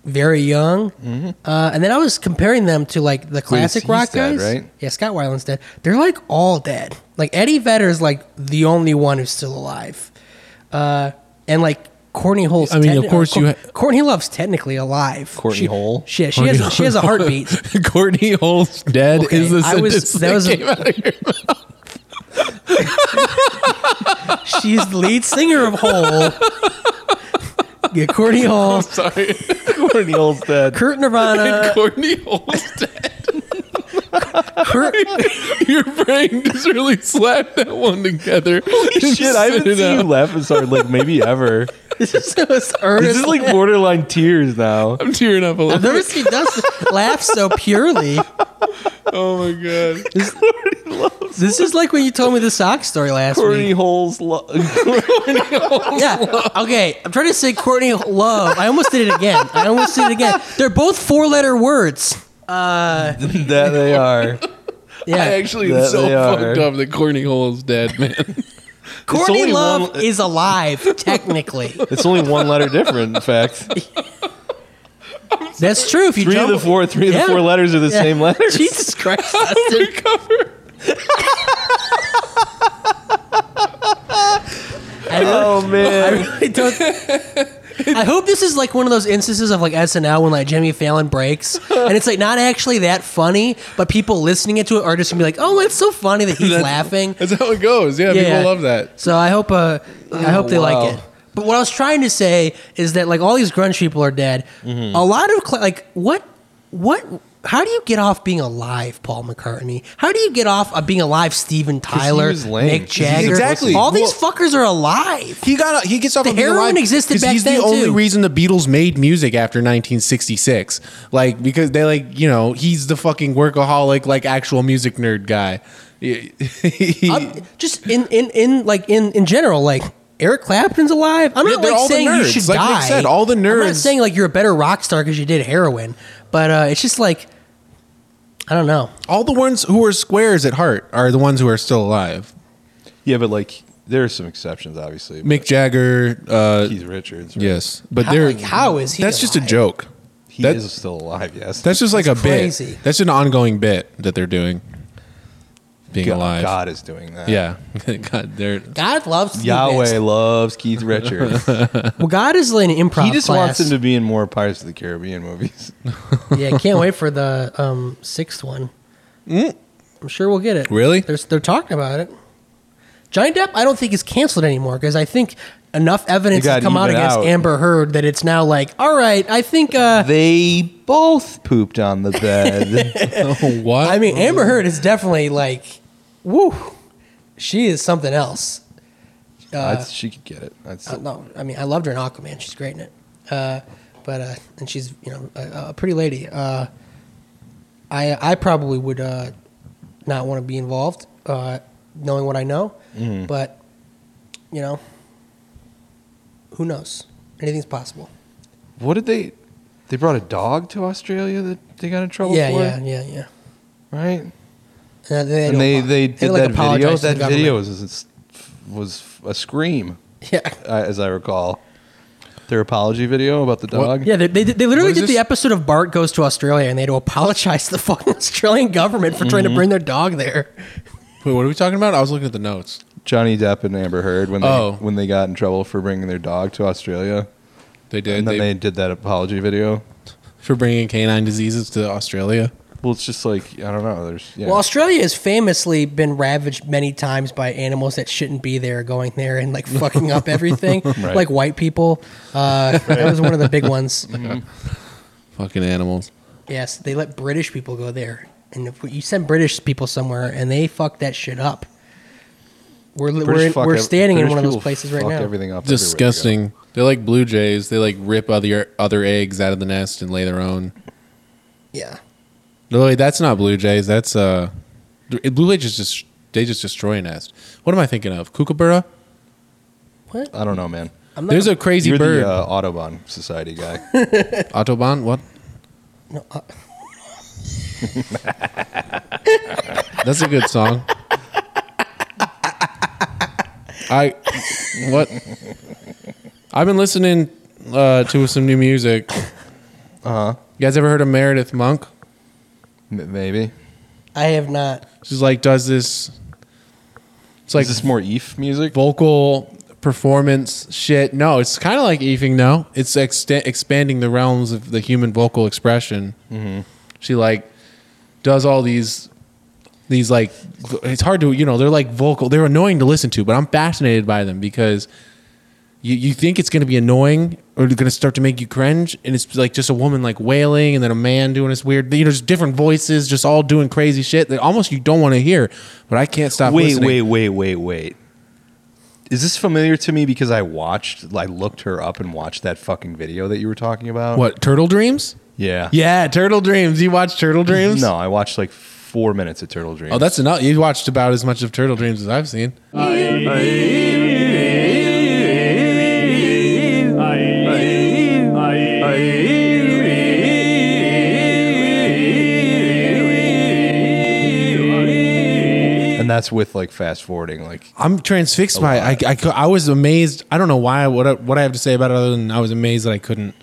Speaker 2: very young,
Speaker 3: Mm-hmm.
Speaker 2: uh, and then I was comparing them to like the classic
Speaker 3: he's
Speaker 2: rock
Speaker 3: dead,
Speaker 2: guys.
Speaker 3: right?
Speaker 2: Yeah, Scott Weiland's dead. They're like all dead. Like Eddie Vedder is like the only one who's still alive, uh, and like. Courtney Hole's. uh,
Speaker 1: I mean, of course you ha-
Speaker 2: Courtney Love's technically alive.
Speaker 3: Courtney
Speaker 2: She-
Speaker 3: Hole?
Speaker 2: She, she has. She has a heartbeat.
Speaker 1: Courtney Hole's dead
Speaker 2: Okay,
Speaker 1: is the
Speaker 2: I was-
Speaker 1: sentence that,
Speaker 2: that was a-
Speaker 1: came out of your mouth.
Speaker 2: She's the lead singer of Hole. Yeah, Courtney Hole,
Speaker 1: Sorry,
Speaker 3: Courtney Hole's dead.
Speaker 2: Kurt Nirvana,
Speaker 1: Courtney Hole's dead.
Speaker 2: Kurt,
Speaker 1: Your brain just really slapped that one together.
Speaker 3: Shit, I haven't seen you laugh as hard like maybe ever.
Speaker 2: this is so earnest.
Speaker 3: This is like borderline tears now.
Speaker 1: I'm tearing up a little.
Speaker 2: I've never seen Dustin laugh so purely.
Speaker 1: Oh my god.
Speaker 2: This is like when you told me the sock story last
Speaker 3: Courtney
Speaker 2: week.
Speaker 3: Hole's lo-
Speaker 2: Yeah. Okay. I'm trying to say Courtney Love. I almost did it again. I almost did it again. They're both four letter words.
Speaker 3: that they are.
Speaker 2: Yeah.
Speaker 1: I actually am
Speaker 3: That
Speaker 1: so
Speaker 3: they are.
Speaker 1: fucked up that Courtney Hole's dead, man.
Speaker 2: Courtney
Speaker 3: only one-
Speaker 2: Love is alive, technically.
Speaker 3: It's only one letter different. In fact,
Speaker 2: That's true. If you
Speaker 3: three of
Speaker 2: jumble-
Speaker 3: the four, three of
Speaker 2: Yeah.
Speaker 3: the four letters are the
Speaker 2: Yeah.
Speaker 3: same letters.
Speaker 2: Jesus Christ, Dustin. I don't-
Speaker 3: Oh
Speaker 2: I
Speaker 3: man,
Speaker 2: really don't. I hope this is like one of those instances of like SNL when like Jimmy Fallon breaks and it's like not actually that funny, but people listening into it are just gonna be like, "Oh, it's so funny that he's laughing."
Speaker 1: That's how it goes. Yeah,
Speaker 2: Yeah.
Speaker 1: people love that.
Speaker 2: So I hope uh, I hope they
Speaker 3: wow.
Speaker 2: like it. But what I was trying to say is that like all these grunge people are dead.
Speaker 1: Mm-hmm.
Speaker 2: A lot of cl- like what what how do you get off being alive, Paul McCartney? How do you get off of being alive, Steven Tyler,
Speaker 3: was
Speaker 2: Mick
Speaker 3: lame. 'Cause he's a
Speaker 2: Jagger?
Speaker 1: Exactly.
Speaker 2: All these
Speaker 1: Well-
Speaker 2: fuckers are alive.
Speaker 1: He got he gets off
Speaker 2: The
Speaker 1: of being
Speaker 2: heroin
Speaker 1: alive
Speaker 2: existed
Speaker 1: 'cause
Speaker 2: back
Speaker 1: he's
Speaker 2: then,
Speaker 1: the only
Speaker 2: too.
Speaker 1: reason the Beatles made music after 1966. Like because they like you know he's the fucking workaholic like actual music nerd guy. He- he-
Speaker 2: I'm- just in, in in like in in general, like Eric Clapton's alive. I'm
Speaker 1: Yeah,
Speaker 2: not
Speaker 1: they're all
Speaker 2: like
Speaker 1: the
Speaker 2: saying you
Speaker 1: nerds.
Speaker 2: should
Speaker 1: Like Nick
Speaker 2: die.
Speaker 1: said, all the
Speaker 2: I'm not
Speaker 1: nerds-
Speaker 2: saying like you're a better rock star because you did heroin, but uh, it's just like I don't know.
Speaker 1: all the ones who are squares at heart are the ones who are still alive.
Speaker 3: yeah, but like there are some exceptions, obviously.
Speaker 1: Mick Jagger. Uh,
Speaker 3: Keith Richards, right?
Speaker 1: yes, but
Speaker 2: How-
Speaker 1: they're
Speaker 2: like, how is he
Speaker 1: That's just a
Speaker 2: alive?
Speaker 1: joke.
Speaker 3: he
Speaker 1: That-
Speaker 3: is still alive. Yes,
Speaker 1: That's just like
Speaker 2: That's
Speaker 1: a
Speaker 2: crazy.
Speaker 1: bit. That's an ongoing bit that they're doing. Being
Speaker 3: God,
Speaker 1: alive.
Speaker 3: God is doing that.
Speaker 1: Yeah. God, they're
Speaker 2: God loves
Speaker 3: Yahweh loves Keith Richards.
Speaker 2: Well, God is like an improv.
Speaker 3: he just
Speaker 2: class.
Speaker 3: wants him to be in more Pirates of the Caribbean movies.
Speaker 2: yeah, can't wait for the um, sixth one.
Speaker 3: Mm.
Speaker 2: I'm sure we'll get it.
Speaker 1: Really?
Speaker 2: They're, they're talking about it. Johnny Depp, I don't think is canceled anymore because I think enough evidence
Speaker 3: They
Speaker 2: has
Speaker 3: got
Speaker 2: come out
Speaker 3: even
Speaker 2: against
Speaker 3: out.
Speaker 2: Amber Heard that it's now like, all right, I think. Uh,
Speaker 3: they both pooped on the bed.
Speaker 1: oh, what?
Speaker 2: I mean, Amber Heard is definitely like, woo, she is something else.
Speaker 3: I'd- she could get it. I'd
Speaker 2: Uh,
Speaker 3: still-
Speaker 2: no, I mean, I loved her in Aquaman. She's great in it. Uh, but uh, and she's you know a, a pretty lady. Uh, I I probably would uh, not want to be involved, uh, knowing what I know.
Speaker 3: Mm-hmm.
Speaker 2: But you know, who knows? Anything's possible.
Speaker 3: What did they? They brought a dog to Australia that they got in trouble
Speaker 2: yeah,
Speaker 3: for,
Speaker 2: yeah, yeah, yeah,
Speaker 3: right?
Speaker 2: And they,
Speaker 3: and they
Speaker 2: don't-
Speaker 3: they did
Speaker 2: like,
Speaker 3: that video.
Speaker 2: apologized to the
Speaker 3: That
Speaker 2: government.
Speaker 3: video was was a scream,
Speaker 2: Yeah.
Speaker 3: uh, as I recall. Their apology video about the dog.
Speaker 2: Yeah, they, they, they literally
Speaker 1: What
Speaker 2: did
Speaker 1: is
Speaker 2: the
Speaker 1: this?
Speaker 2: episode of Bart Goes to Australia and they had to apologize to the fucking Australian government for
Speaker 3: Mm-hmm.
Speaker 2: trying to bring their dog there.
Speaker 1: Wait, what are we talking about? I was looking at the notes.
Speaker 3: Johnny Depp and Amber Heard when they
Speaker 1: Oh.
Speaker 3: when they got in trouble for bringing their dog to Australia,
Speaker 1: They did
Speaker 3: and then
Speaker 1: they,
Speaker 3: they did that apology video.
Speaker 1: for bringing canine diseases to Australia.
Speaker 3: Well, it's just like I don't know. There's yeah.
Speaker 2: Well, Australia has famously been ravaged many times by animals that shouldn't be there going there and like fucking up everything,
Speaker 3: Right.
Speaker 2: like white people. Uh, That was one of the big ones.
Speaker 1: Mm-hmm. Fucking animals.
Speaker 2: Yes, they let British people go there, and if you send British people somewhere and they fuck that shit up, we're li-
Speaker 3: British
Speaker 2: we're, in,
Speaker 3: fuck
Speaker 2: we're
Speaker 3: ev-
Speaker 2: standing in
Speaker 3: British
Speaker 2: one of those
Speaker 3: people
Speaker 2: places right
Speaker 3: fuck
Speaker 2: now.
Speaker 3: Everything up everywhere they go.
Speaker 1: Disgusting. They're like blue jays. They like rip other other eggs out of the nest and lay their own.
Speaker 2: Yeah,
Speaker 1: No, wait, that's not blue jays. That's uh, blue jays just they just destroy a nest. What am I thinking of? Kookaburra.
Speaker 2: what?
Speaker 3: I don't know, man.
Speaker 2: I'm
Speaker 1: There's a crazy
Speaker 3: You're
Speaker 1: bird.
Speaker 3: the uh, Autobahn Society guy.
Speaker 1: Autobahn. What?
Speaker 2: No, uh,
Speaker 1: That's a good song. I what? I've been listening uh, to some new music. Uh huh.
Speaker 3: Uh-huh.
Speaker 1: You guys ever heard of Meredith Monk?
Speaker 3: M- maybe.
Speaker 2: I have not.
Speaker 1: She's like does this. It's like
Speaker 3: Is this more Eve music?
Speaker 1: vocal performance shit. No, it's kind of like Eving. No, it's exte- expanding the realms of the human vocal expression.
Speaker 3: Mm-hmm.
Speaker 1: She like does all these these like v- it's hard to you know they're like vocal they're annoying to listen to, but I'm fascinated by them because you you think it's gonna be annoying or it's gonna start to make you cringe, and it's like just a woman like wailing and then a man doing this weird you know just different voices just all doing crazy shit that almost you don't want to hear, but I can't stop.
Speaker 3: wait,
Speaker 1: listening.
Speaker 3: wait, wait, wait, wait. Is this familiar to me because I watched, I looked her up and watched that fucking video that you were talking about?
Speaker 1: What turtle dreams?
Speaker 3: Yeah.
Speaker 1: Yeah, Turtle Dreams. You watch Turtle Dreams?
Speaker 3: No, I watched like four minutes of Turtle Dream.
Speaker 1: Oh, that's enough. You watched about as much of Turtle Dreams as I've seen.
Speaker 3: and that's with like fast forwarding. Like,
Speaker 1: I'm transfixed by it. I, I, cou- I was amazed. I don't know why. What I, what I have to say about it other than I was amazed that I couldn't.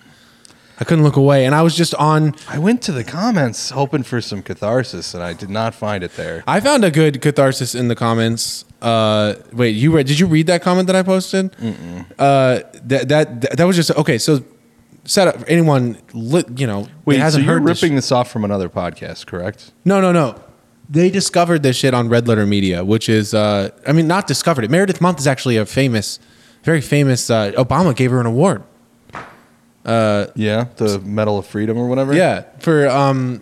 Speaker 1: I couldn't look away, and I was just on.
Speaker 3: I went to the comments hoping for some catharsis, and I did not find it there.
Speaker 1: I found a good catharsis in the comments. Uh, wait, you read? Did you read that comment that I posted? Uh, that, that that that was just okay. So, set up anyone. Li, you know,
Speaker 3: Wait,
Speaker 1: that
Speaker 3: so
Speaker 1: hasn't
Speaker 3: you're
Speaker 1: heard this
Speaker 3: ripping this off from another podcast, correct?
Speaker 1: No, no, no. They discovered this shit on Red Letter Media, which is, uh, I mean, not discovered it. Meredith Month is actually a famous, very famous. Uh, Obama gave her an award.
Speaker 3: Yeah, the Medal of Freedom or whatever.
Speaker 1: Yeah, for um,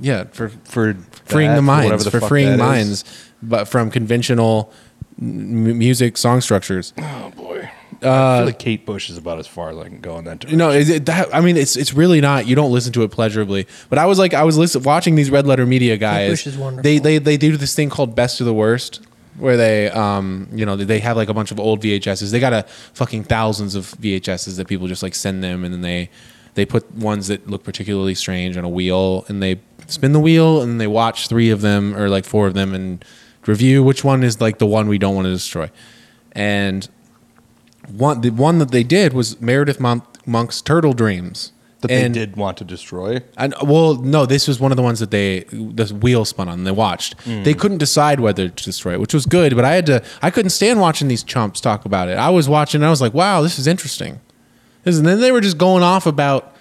Speaker 1: yeah, for
Speaker 3: for
Speaker 1: freeing the
Speaker 3: that, for whatever
Speaker 1: minds,
Speaker 3: the
Speaker 1: for
Speaker 3: fuck
Speaker 1: freeing
Speaker 3: that is.
Speaker 1: minds, but from conventional m- music song structures.
Speaker 3: Oh boy, I
Speaker 1: Uh,
Speaker 3: feel like Kate Bush is about as far as I can go in that direction.
Speaker 1: No, is it that, I mean, it's it's really not. You don't listen to it pleasurably. But I was like, I was listen, watching these Red Letter Media guys.
Speaker 2: Bush is wonderful.
Speaker 1: They they they do this thing called Best of the Worst, where they um you know they have like a bunch of old VHSs. They got a fucking thousands of VHSs that people just like send them, and then they they put ones that look particularly strange on a wheel, and they spin the wheel, and they watch three of them or like four of them, and review which one is like the one we don't want to destroy, and one the one that they did was Meredith Monk, Monk's Turtle Dreams.
Speaker 3: that
Speaker 1: And-
Speaker 3: they did want to destroy.
Speaker 1: And well, no, this was one of the ones that they the wheel spun on. and They watched. They couldn't decide whether to destroy it, which was good. But I had to. I couldn't stand watching these chumps talk about it. I was watching. and I was like, wow, this is interesting. This- And then they were just going off about.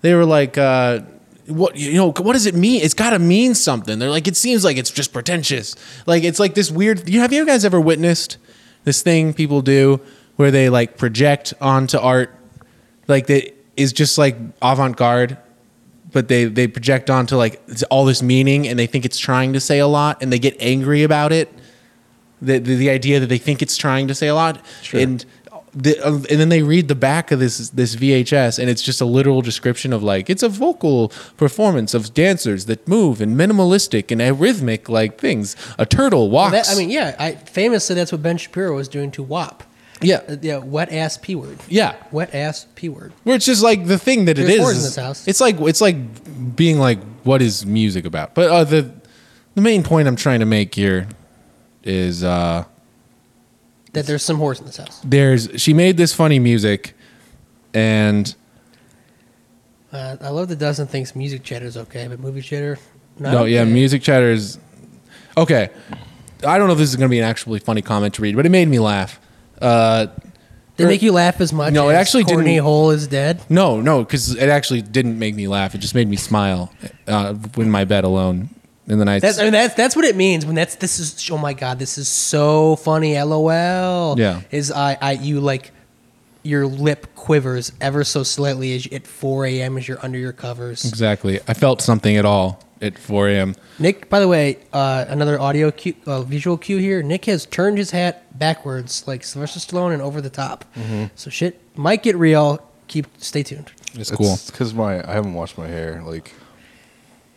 Speaker 1: They were like. Uh, what you know what does it mean it's got to mean something they're like it seems like it's just pretentious like it's like this weird you have you guys ever witnessed this thing people do where they like project onto art like that is just like avant-garde but they they project onto like it's all this meaning and they think it's trying to say a lot and they get angry about it the the, the idea that they think it's trying to say a lot and the, uh, and then they read the back of this this VHS and it's just a literal description of like it's a vocal performance of dancers that move and minimalistic and arrhythmic like things a turtle walks
Speaker 2: That, I mean, yeah. I famously that's what Ben Shapiro was doing to WAP.
Speaker 1: yeah
Speaker 2: Uh, yeah, wet ass p word.
Speaker 1: yeah
Speaker 2: Wet ass p word.
Speaker 1: which is like the thing that it
Speaker 2: There's
Speaker 1: is.
Speaker 2: whores in
Speaker 1: is-
Speaker 2: this house.
Speaker 1: It's like it's like being like, what is music about? But uh, the the main point I'm trying to make here is uh,
Speaker 2: That there's some horse in this house.
Speaker 1: there's she made this funny music, and
Speaker 2: Uh, I love that Dustin thinks music chatter is okay, but movie chatter. Not
Speaker 1: no, yeah,
Speaker 2: okay.
Speaker 1: music chatter is okay. I don't know if this is going to be an actually funny comment to read, but it made me laugh. Uh,
Speaker 2: They make you laugh as much.
Speaker 1: No, it
Speaker 2: as
Speaker 1: actually didn't-
Speaker 2: Courtney Hole is dead.
Speaker 1: No, no, because it actually didn't make me laugh. It just made me smile uh, in my bed alone in the night.
Speaker 2: That's I mean, that's that's what it means when that's this is oh my god this is so funny lol
Speaker 1: Yeah.
Speaker 2: is I I you like your lip quivers ever so slightly as you, at 4 a.m. as you're under your covers.
Speaker 1: exactly. I felt something at all at 4 a.m.
Speaker 2: Nick, by the way, uh, another audio cue, uh, visual cue here. Nick has turned his hat backwards like Sylvester Stallone and over the top.
Speaker 1: Mm-hmm.
Speaker 2: So shit might get real. Keep stay tuned.
Speaker 1: It's cool.
Speaker 3: because my I haven't washed my hair like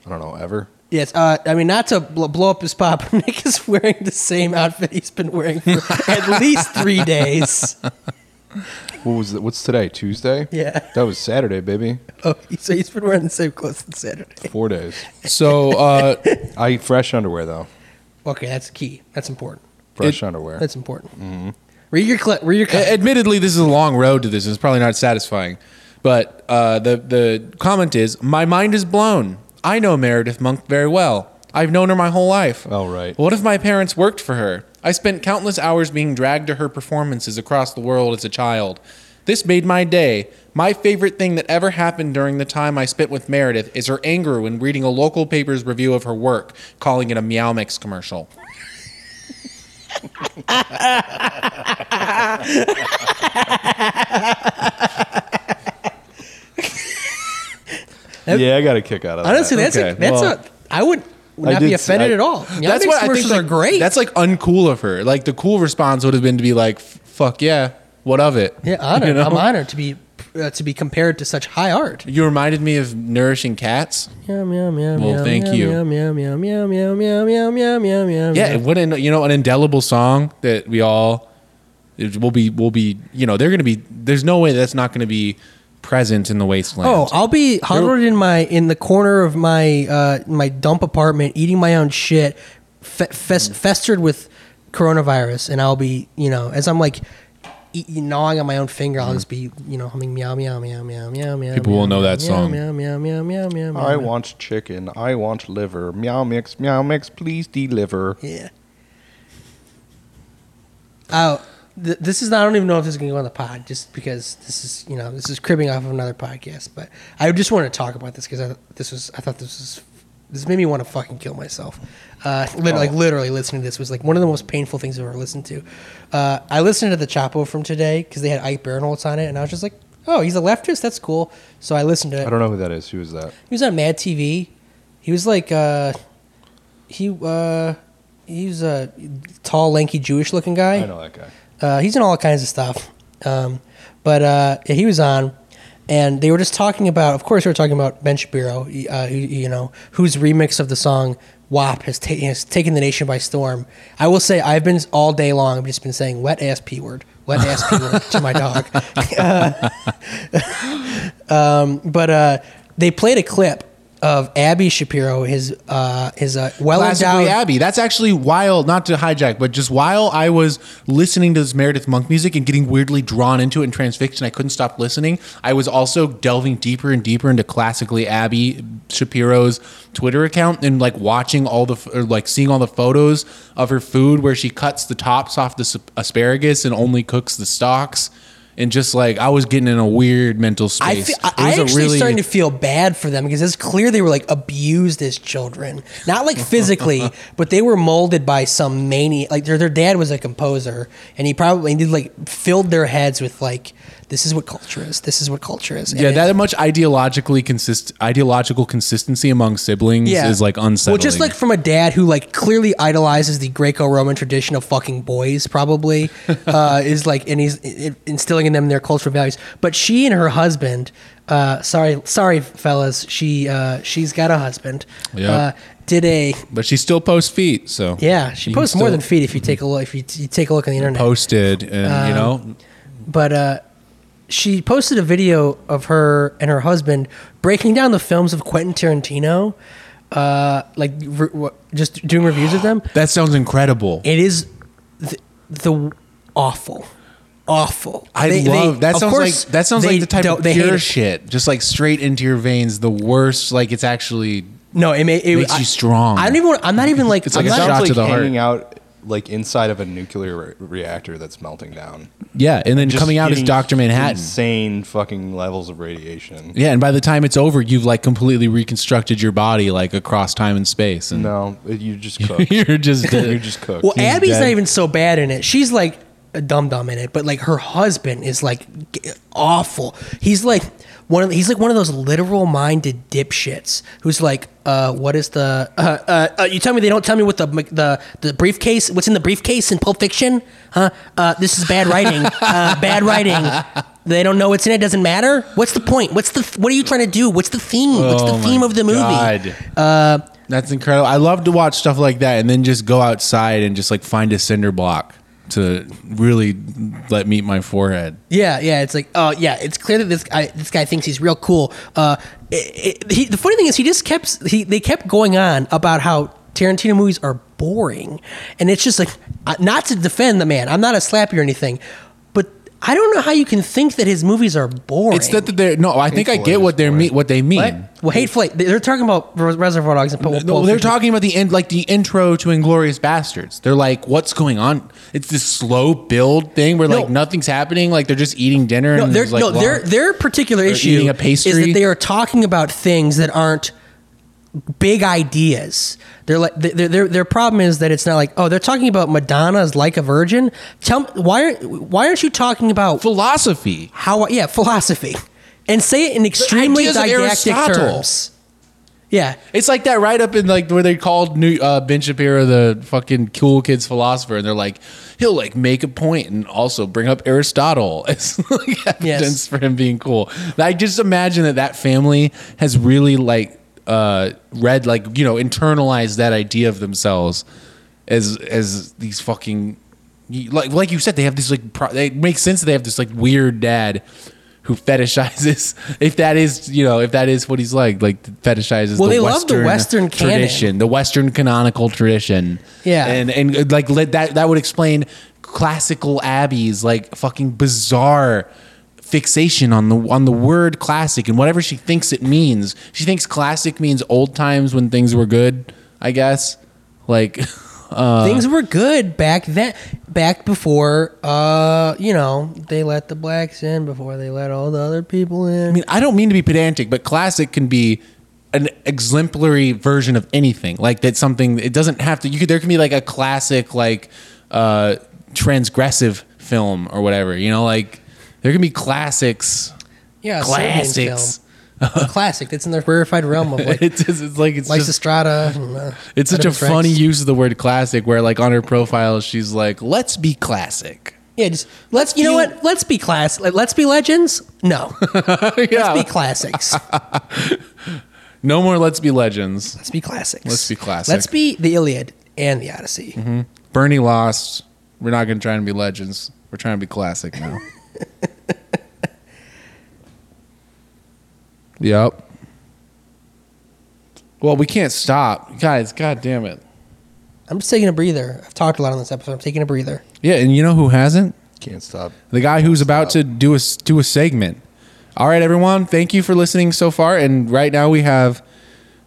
Speaker 3: I don't know ever.
Speaker 2: Yes, uh, I mean not to bl- blow up his pop. Nick is wearing the same outfit he's been wearing for at least three days.
Speaker 3: What was the, what's today? Tuesday.
Speaker 2: Yeah.
Speaker 3: that was Saturday, baby.
Speaker 2: Oh, so he's been wearing the same clothes since Saturday.
Speaker 3: Four days.
Speaker 1: So uh,
Speaker 3: I eat fresh underwear though.
Speaker 2: Okay, that's key. That's important.
Speaker 3: Fresh
Speaker 1: It-
Speaker 3: underwear.
Speaker 2: That's important. Read your clip. Read your clip.
Speaker 1: A- Admittedly, this is a long road to this, and it's probably not satisfying. But uh, the the comment is, my mind is blown. I know Meredith Monk very well. I've known her my whole life.
Speaker 3: Oh, right.
Speaker 1: What if my parents worked for her? I spent countless hours being dragged to her performances across the world as a child. This made my day. My favorite thing that ever happened during the time I spent with Meredith is her anger when reading a local paper's review of her work, calling it a Meow Mix commercial.
Speaker 3: yeah, I got a kick out of that.
Speaker 2: Honestly, that's a,
Speaker 1: Okay,
Speaker 2: that's
Speaker 3: well,
Speaker 2: a. I would would
Speaker 3: I
Speaker 2: not
Speaker 3: did
Speaker 2: be
Speaker 3: s-
Speaker 2: offended
Speaker 3: I-
Speaker 2: at all. Meow
Speaker 1: that's
Speaker 2: Mix
Speaker 1: what I think.
Speaker 2: commercials are
Speaker 1: Like,
Speaker 2: great.
Speaker 1: That's like uncool of her. Like the cool response would have been to be like, "F- "Fuck yeah, what of it?"
Speaker 2: yeah, honored.
Speaker 1: You, know?
Speaker 2: I'm honored to be uh, to be compared to such high art.
Speaker 1: You reminded me of nourishing cats.
Speaker 2: Meow meow meow.
Speaker 1: Well,
Speaker 2: meow,
Speaker 1: thank
Speaker 2: meow,
Speaker 1: you.
Speaker 2: Meow meow meow meow meow meow meow meow meow meow.
Speaker 1: Yeah,
Speaker 2: meow.
Speaker 1: it wouldn't. You know, an indelible song that we all it will be will be. You know, they're gonna be. There's no way that's not gonna be present in the wasteland.
Speaker 2: Oh, I'll be huddled in my in the corner of my uh, my dump apartment, eating my own shit, fe- fes- festered with coronavirus, and I'll be you know as I'm like e- e- gnawing on my own finger, I'll just be you know humming meow meow meow meow meow meow.
Speaker 1: People will
Speaker 2: meow,
Speaker 1: know that
Speaker 2: meow,
Speaker 1: song.
Speaker 2: Meow meow meow meow meow. meow,
Speaker 3: I
Speaker 2: meow.
Speaker 3: want chicken. I want liver. Meow mix. Meow mix. Please deliver.
Speaker 2: Yeah. Oh, th- this is. I don't even know if this is going to go on the pod, just because this is you know this is cribbing off of another podcast. But I just wanted to talk about this because I this was I thought this was this made me want to fucking kill myself. Uh, lit- like
Speaker 3: Oh.
Speaker 2: literally listening to this was like one of the most painful things I've ever listened to. Uh, I listened to the Chapo from today because they had Ike Barinholtz on it, and I was just like, oh, he's a leftist. That's cool. So I listened to it.
Speaker 3: I don't know who that is. Who is that?
Speaker 2: He was on Mad TV. He was like uh he uh he was a tall, lanky, Jewish-looking guy.
Speaker 3: I know that guy.
Speaker 2: Uh, he's in all kinds of stuff. Um, but uh, yeah, he was on, and they were just talking about. Of course, they were talking about Ben Shapiro. Uh, you, you know, whose remix of the song "WAP" has, ta- has taken the nation by storm. I will say, I've been all day long. I've just been saying "wet ass p word," "wet ass p word" to my dog. Uh, um, but uh, they played a clip of Abby Shapiro, his uh, his uh, well
Speaker 1: Classically
Speaker 2: endowed
Speaker 1: Abby. That's actually while not to hijack, but just while I was listening to this Meredith Monk music and getting weirdly drawn into it and transfixed, and I couldn't stop listening. I was also delving deeper and deeper into classically Abby Shapiro's Twitter account and like watching all the or like seeing all the photos of her food where she cuts the tops off the s- asparagus and only cooks the stalks. And just like I was getting in a weird mental
Speaker 2: I,
Speaker 1: space.
Speaker 2: feel, I,
Speaker 1: It
Speaker 2: I
Speaker 1: was a
Speaker 2: actually
Speaker 1: really-
Speaker 2: starting to feel bad for them because it's clear they were like abused as children, not like physically, but they were molded by some mania. Like their, their dad was a composer, and he probably did like filled their heads with like this is what culture is. This is what culture is. And
Speaker 1: Yeah,
Speaker 2: it-
Speaker 1: that much ideologically consist ideological consistency among siblings is like unsettling.
Speaker 2: Well, just like from a dad who like clearly idolizes the Greco-Roman tradition of fucking boys, probably uh, is like, and he's i- i- instilling in them their cultural values. But she and her husband, uh, sorry, sorry, fellas, she uh, she's got a husband.
Speaker 1: Yeah.
Speaker 2: Uh, did a
Speaker 1: but she still posts feet, so
Speaker 2: yeah? She
Speaker 1: you can
Speaker 2: posts more
Speaker 1: still
Speaker 2: than feet if you take a look if you, you take a look on the internet.
Speaker 1: posted, and you
Speaker 2: Um,
Speaker 1: know,
Speaker 2: but uh, she posted a video of her and her husband breaking down the films of Quentin Tarantino. Uh, like re- wha- just doing reviews of them.
Speaker 1: that sounds incredible.
Speaker 2: It is the, the awful, awful.
Speaker 1: I
Speaker 2: They- they-
Speaker 1: love that
Speaker 2: of
Speaker 1: sounds
Speaker 2: course,
Speaker 1: like that sounds
Speaker 2: they
Speaker 1: like the type
Speaker 2: don't-
Speaker 1: of
Speaker 2: they hate
Speaker 1: pure
Speaker 2: it.
Speaker 1: shit, just like straight into your veins. The worst, like it's actually
Speaker 2: No, it, may, it
Speaker 1: Makes
Speaker 2: I-
Speaker 1: you strong.
Speaker 2: I don't even. wanna- I'm not even like.
Speaker 1: It's like
Speaker 2: I'm
Speaker 1: a
Speaker 2: not,
Speaker 1: shot
Speaker 3: Sounds
Speaker 1: to
Speaker 3: like
Speaker 1: the heart.
Speaker 3: hanging out like inside of a nuclear re- reactor that's melting down.
Speaker 1: yeah. And then
Speaker 3: Just
Speaker 1: coming out as
Speaker 3: getting
Speaker 1: Doctor Manhattan.
Speaker 3: Insane fucking levels of radiation.
Speaker 1: Yeah, and by the time it's over, you've like completely reconstructed your body like across time and space, and
Speaker 3: No, it- you just cook.
Speaker 1: you're just
Speaker 3: you just cook.
Speaker 2: well,
Speaker 1: he's
Speaker 2: Abby's not
Speaker 1: dead.
Speaker 2: even so bad in it. She's like a dum dum in it, but like her husband is like g- awful. He's like one of he's like one of those literal minded dipshits who's like, uh, what is the? Uh, uh, uh, you tell me they don't tell me what the the the briefcase? What's in the briefcase in Pulp Fiction? Huh? Uh, this is bad writing. uh, bad writing. They don't know what's in it. Doesn't matter. What's the point? What's the? What are you trying to do? What's the theme? What's
Speaker 1: Oh
Speaker 2: the
Speaker 1: my
Speaker 2: theme of the movie?
Speaker 1: God. Uh, That's incredible. I love to watch stuff like that and then just go outside and just like find a cinder block to really let meet my forehead.
Speaker 2: Yeah, yeah. It's like, oh, yeah. It's clear that this guy, this guy thinks he's real cool. Uh, it, it, he, the funny thing is, he just kept he they kept going on about how Tarantino movies are boring, and it's just like I- not to defend the man. I'm not a slappy or anything, but I don't know how you can think that his movies are boring.
Speaker 1: It's that they're no. I think I
Speaker 3: Hateful
Speaker 1: get
Speaker 3: Eight
Speaker 1: what
Speaker 3: is
Speaker 1: they mean.
Speaker 3: boring.
Speaker 1: What they mean.
Speaker 2: well, Hateful Eight. They're talking about Res- Reservoir Dogs and Pul-
Speaker 1: No,
Speaker 2: Pulp
Speaker 1: they're
Speaker 2: Fiction.
Speaker 1: talking about the end, like the intro to Inglorious Bastards. They're like, "What's going on?" It's this slow build thing where
Speaker 2: No.
Speaker 1: like nothing's happening. Like they're just eating dinner.
Speaker 2: No,
Speaker 1: and
Speaker 2: their,
Speaker 1: there's, like,
Speaker 2: no
Speaker 1: long-
Speaker 2: their, their particular issue
Speaker 1: eating a
Speaker 2: is
Speaker 1: pastry.
Speaker 2: that they are talking about things that aren't big ideas. They're like their their their problem is that it's not like oh they're talking about Madonna's like a virgin. Tell me why aren't why aren't you talking about
Speaker 1: philosophy.
Speaker 2: how yeah philosophy and say it in extremely
Speaker 1: ideas of
Speaker 2: didactic
Speaker 1: Aristotle.
Speaker 2: terms. Yeah,
Speaker 1: It's like that right up in like where they called New, uh, Ben Shapiro the fucking cool kids philosopher, and they're like, he'll like make a point and also bring up Aristotle as like evidence for him being cool. And I just imagine that that family has really like uh, read like you know internalized that idea of themselves as as these fucking like like you said they have this like pro, it makes sense that they have this like weird dad. Who fetishizes? If that is, you know, if that is what he's like, like fetishizes
Speaker 2: Well, they love the Western canon.
Speaker 1: tradition, the Western canonical tradition.
Speaker 2: Yeah.
Speaker 1: and and uh, like let that that would explain classical abbeys like fucking bizarre fixation on the on the word classic and whatever she thinks it means. She thinks classic means old times when things were good. I guess like Uh.
Speaker 2: things were good back then, back before uh you know they let the blacks in before they let all the other people in.
Speaker 1: I mean, I don't mean to be pedantic, but classic can be an exemplary version of anything. Like that something it doesn't have to you could there can be like a classic like uh transgressive film or whatever, you know, like there can be classics.
Speaker 2: Yeah, a Serbian
Speaker 1: classics.
Speaker 2: film. A classic that's in the rarefied realm of like
Speaker 1: It's, just- it's like it's
Speaker 2: Lysistrata.
Speaker 1: just
Speaker 2: Strata. and, uh,
Speaker 1: it's such a
Speaker 2: Adam Franks.
Speaker 1: funny use of the word classic where like on her profile she's like, "Let's be classic."
Speaker 2: Yeah, just let's. You know
Speaker 1: feel-
Speaker 2: what? Let's be class. like, Let's be legends. No,
Speaker 1: yeah.
Speaker 2: let's be classics.
Speaker 1: no more let's be legends.
Speaker 2: Let's be classics.
Speaker 1: Let's be classic. Mm-hmm.
Speaker 2: Let's be the Iliad and the Odyssey.
Speaker 1: Bernie lost. We're not going to try and be legends. We're trying to be classic now. yep. Well, we can't stop, guys. God damn it.
Speaker 2: I'm just taking a breather. I've talked a lot on this episode. I'm taking a breather.
Speaker 1: Yeah, and you know who hasn't?
Speaker 3: Can't stop.
Speaker 1: The guy who's about to do a s- do a segment. All right, everyone. Thank you for listening so far. And right now we have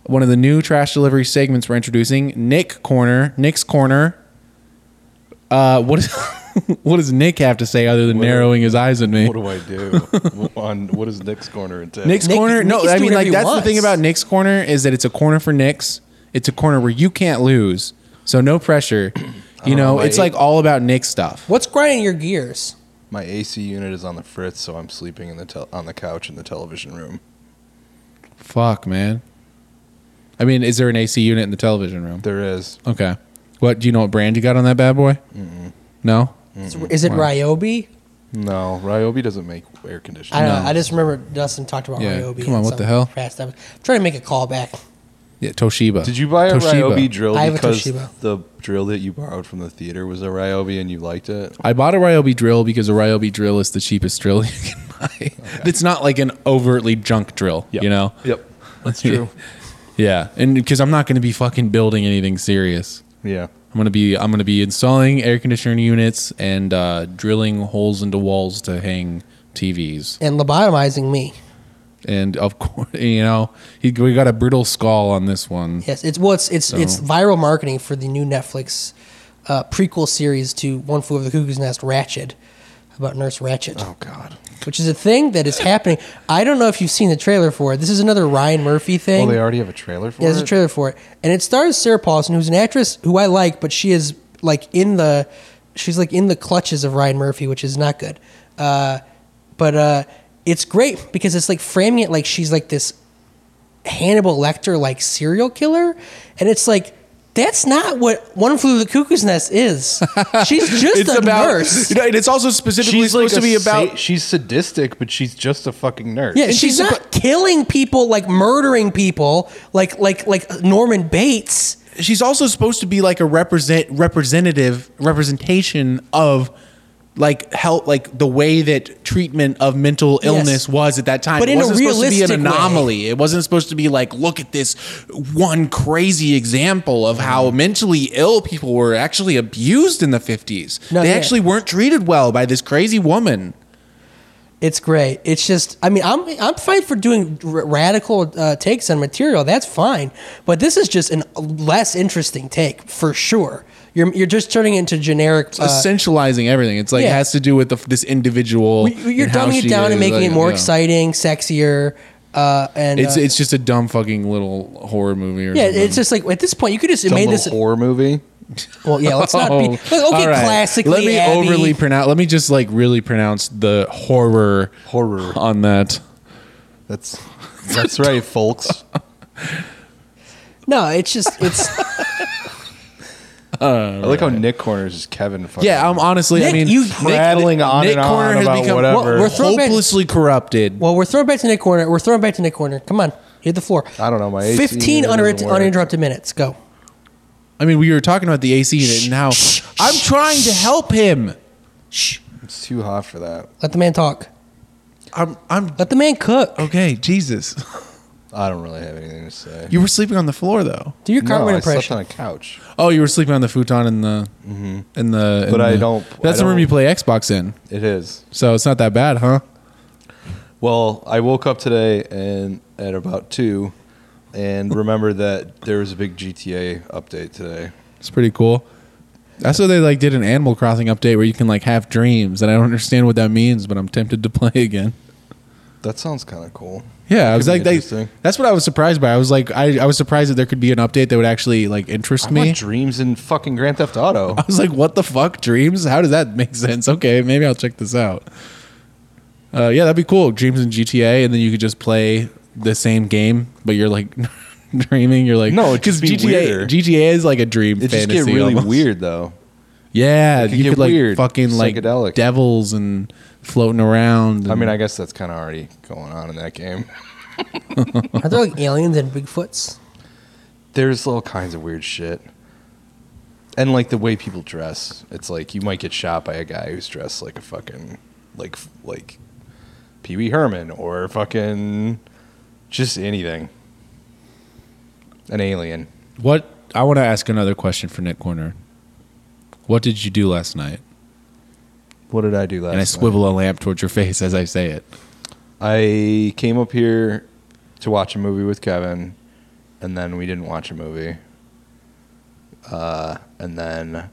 Speaker 1: one of the new trash delivery segments we're introducing. Nick Corner. Nick's Corner. Uh, what is what does Nick have to say other than
Speaker 3: What-
Speaker 1: narrowing his eyes at me?
Speaker 3: What do I do? on what is Nick's corner entail?
Speaker 1: Nick's
Speaker 2: Nick-
Speaker 1: corner.
Speaker 2: Nick
Speaker 1: No,
Speaker 2: is doing
Speaker 1: I mean
Speaker 2: whatever
Speaker 1: like
Speaker 2: he
Speaker 1: that's the
Speaker 2: wants.
Speaker 1: thing about Nick's corner is that it's a corner for Nick's. It's a corner where you can't lose, so no pressure. You
Speaker 3: know,
Speaker 1: know,
Speaker 3: my
Speaker 1: it's
Speaker 3: eight-
Speaker 1: like all about Nick stuff.
Speaker 2: What's grinding your gears?
Speaker 3: My AC unit is on the fritz, so I'm sleeping in the tel- on the couch in the television room.
Speaker 1: Fuck, man. I mean, is there an AC unit in the television room?
Speaker 3: There is.
Speaker 1: Okay. What do you know? What brand you got on that bad boy? No.
Speaker 2: Is- Is it Ryobi?
Speaker 3: No, Ryobi doesn't make air
Speaker 2: I
Speaker 3: conditioning.
Speaker 2: don't know. I just remember Dustin talked about
Speaker 1: Yeah,
Speaker 2: Ryobi.
Speaker 1: come on,
Speaker 2: in
Speaker 1: what the
Speaker 2: some
Speaker 1: hell?
Speaker 2: Past episode. I'm trying to make a call back.
Speaker 1: Yeah, Toshiba.
Speaker 3: Did you buy a
Speaker 1: Toshiba.
Speaker 3: Ryobi drill
Speaker 2: I have a
Speaker 3: because
Speaker 2: Toshiba.
Speaker 3: the drill that you borrowed from the theater was a Ryobi and you liked it?
Speaker 1: I bought a Ryobi drill because a Ryobi drill is the cheapest drill you can buy. It's not like an overtly junk drill, you know?
Speaker 3: Yep. That's true.
Speaker 1: Yeah, and because I'm not going to be fucking building anything serious.
Speaker 3: yeah.
Speaker 1: I'm gonna be I'm gonna be installing air conditioning units and uh, drilling holes into walls to hang TVs.
Speaker 2: And lobotomizing me.
Speaker 1: And of course, you know, he, we got a brittle skull on this one.
Speaker 2: Yes, it's well, it's it's it's viral marketing for the new Netflix uh, prequel series to One Flew Over the Cuckoo's Nest, Ratchet, about Nurse Ratchet,
Speaker 3: Oh God.
Speaker 2: which is a thing that is happening. I don't know if you've seen the trailer for it. This is another Ryan Murphy
Speaker 3: Well,
Speaker 2: thing.
Speaker 3: they already have a trailer for
Speaker 2: yeah,
Speaker 3: it.
Speaker 2: there's a trailer for it, and it stars Sarah Paulson, who's an actress who I like, but she is like in the she's like in the clutches of Ryan Murphy, which is not good. Uh, but uh, it's great because it's like framing it like she's like this Hannibal Lecter like serial killer, and it's like that's not what One Flew Over the Cuckoo's Nest is. She's just a nurse.
Speaker 1: You know, and it's also specifically
Speaker 3: She's
Speaker 1: supposed
Speaker 3: like
Speaker 1: to be about
Speaker 3: she's sadistic, but she's just a fucking nurse.
Speaker 2: Yeah,
Speaker 1: and
Speaker 2: she's,
Speaker 1: she's
Speaker 2: not killing people like murdering people like like like Norman Bates.
Speaker 1: she's also supposed to be like a represent representative representation of like help like the way that treatment of mental illness was at that time.
Speaker 2: But
Speaker 1: it
Speaker 2: in a
Speaker 1: wasn't supposed to be an
Speaker 2: realistic way.
Speaker 1: anomaly. It wasn't supposed to be like look at this one crazy example of
Speaker 2: Mm-hmm.
Speaker 1: how mentally ill people were actually abused in the 50s.
Speaker 2: No,
Speaker 1: they
Speaker 2: yeah.
Speaker 1: actually weren't treated well by this crazy woman.
Speaker 2: It's great. It's just, I mean, I'm I'm fine for doing r- radical uh, takes on material. That's fine, but this is just an uh, less interesting take for sure. You're you're just turning it into generic. Uh,
Speaker 1: Essentializing everything. It's like
Speaker 2: yeah.
Speaker 1: has to do with the, this individual.
Speaker 2: you're
Speaker 1: and how
Speaker 2: dumbing
Speaker 1: she
Speaker 2: it down
Speaker 1: is,
Speaker 2: and making
Speaker 1: like,
Speaker 2: it more
Speaker 1: yeah.
Speaker 2: exciting, sexier, uh, and
Speaker 1: It's
Speaker 2: uh,
Speaker 1: it's just a dumb fucking little horror movie or
Speaker 2: yeah.
Speaker 1: something.
Speaker 2: It's just like at this point you could just
Speaker 3: Dumb
Speaker 2: made
Speaker 3: little
Speaker 2: this.
Speaker 3: horror movie.
Speaker 2: Well, yeah. Let's not be
Speaker 1: Oh,
Speaker 2: okay.
Speaker 1: all right.
Speaker 2: Classically,
Speaker 1: Let me
Speaker 2: Abby,
Speaker 1: overly pronounce. Let me just like really pronounce the horror
Speaker 3: Horror.
Speaker 1: on that.
Speaker 3: That's that's right, folks.
Speaker 2: No, it's just it's.
Speaker 3: I like how Nick corners is Kevin. Fucking
Speaker 1: Yeah, I'm honestly. I
Speaker 2: Nick,
Speaker 1: mean,
Speaker 2: you-
Speaker 3: Prattling on
Speaker 1: Nick
Speaker 3: and on
Speaker 1: Corner has
Speaker 3: about
Speaker 1: become
Speaker 3: whatever.
Speaker 2: Well, we're throwing back-
Speaker 1: hopelessly corrupted.
Speaker 2: Well, we're throwing back to Nick Corner. We're throwing back to Nick Corner. Come on, hit the floor.
Speaker 3: I don't know, my AC
Speaker 2: fifteen
Speaker 3: doesn't
Speaker 2: uninter-
Speaker 3: work.
Speaker 2: uninterrupted minutes. Go.
Speaker 1: I mean, we were talking about the AC and how I'm trying to help him.
Speaker 2: Shh.
Speaker 3: It's too hot for that.
Speaker 2: Let the man talk.
Speaker 1: I'm. I'm
Speaker 2: Let the man cook.
Speaker 1: okay. Jesus,
Speaker 3: I don't really have anything to say.
Speaker 1: you were sleeping on the floor though.
Speaker 2: Do your Cartman
Speaker 3: no, I slept
Speaker 2: impression.
Speaker 3: on a couch.
Speaker 1: Oh, you were sleeping on the futon in the in the. in
Speaker 3: Mm-hmm. But I
Speaker 1: the-
Speaker 3: don't-
Speaker 1: That's
Speaker 3: I
Speaker 1: the room
Speaker 3: don't-
Speaker 1: you play Xbox in,
Speaker 3: It is.
Speaker 1: so it's not that bad, huh?
Speaker 3: Well, I woke up today and at about two, and remembered that there was a big GTA update today.
Speaker 1: It's pretty cool. That's what they like did an Animal Crossing update where you can like have dreams, and I don't understand what that means, but I'm tempted to play again.
Speaker 3: That sounds kind of cool.
Speaker 1: Yeah, I was
Speaker 3: Could be
Speaker 1: like, they,
Speaker 3: interesting.
Speaker 1: that's what I was surprised by. I was like, I, I was surprised that there could be an update that would actually like interest
Speaker 3: I
Speaker 1: me.
Speaker 3: want dreams in fucking Grand Theft Auto.
Speaker 1: I was like, what the fuck, dreams? How does that make sense? Okay, maybe I'll check this out. Uh, yeah, that'd be cool. Dreams in GTA, and then you could just play the same game, but you're like dreaming. You're like,
Speaker 3: No, it'd just be
Speaker 1: GTA
Speaker 3: weirder.
Speaker 1: GTA is like a dream.
Speaker 3: It just
Speaker 1: fantasy
Speaker 3: get really
Speaker 1: almost.
Speaker 3: weird though.
Speaker 1: Yeah,
Speaker 3: It could
Speaker 1: you
Speaker 3: get
Speaker 1: could like
Speaker 3: weird,
Speaker 1: fucking like
Speaker 3: psychedelic.
Speaker 1: devils and floating around.
Speaker 3: I
Speaker 1: and-
Speaker 3: mean, I guess that's kind of already going on in that game.
Speaker 2: Are there like aliens and Bigfoots?
Speaker 3: There's all kinds of weird shit, and like the way people dress, it's like you might get shot by a guy who's dressed like a fucking like like Pee Wee Herman or fucking just anything, an alien.
Speaker 1: what I want to ask another question for Nick Corner. What did you do last night?
Speaker 3: What did I do last?
Speaker 1: and I swivel a lamp towards your face as I say it.
Speaker 3: I came up here to watch a movie with Kevin, and then we didn't watch a movie. Uh, and then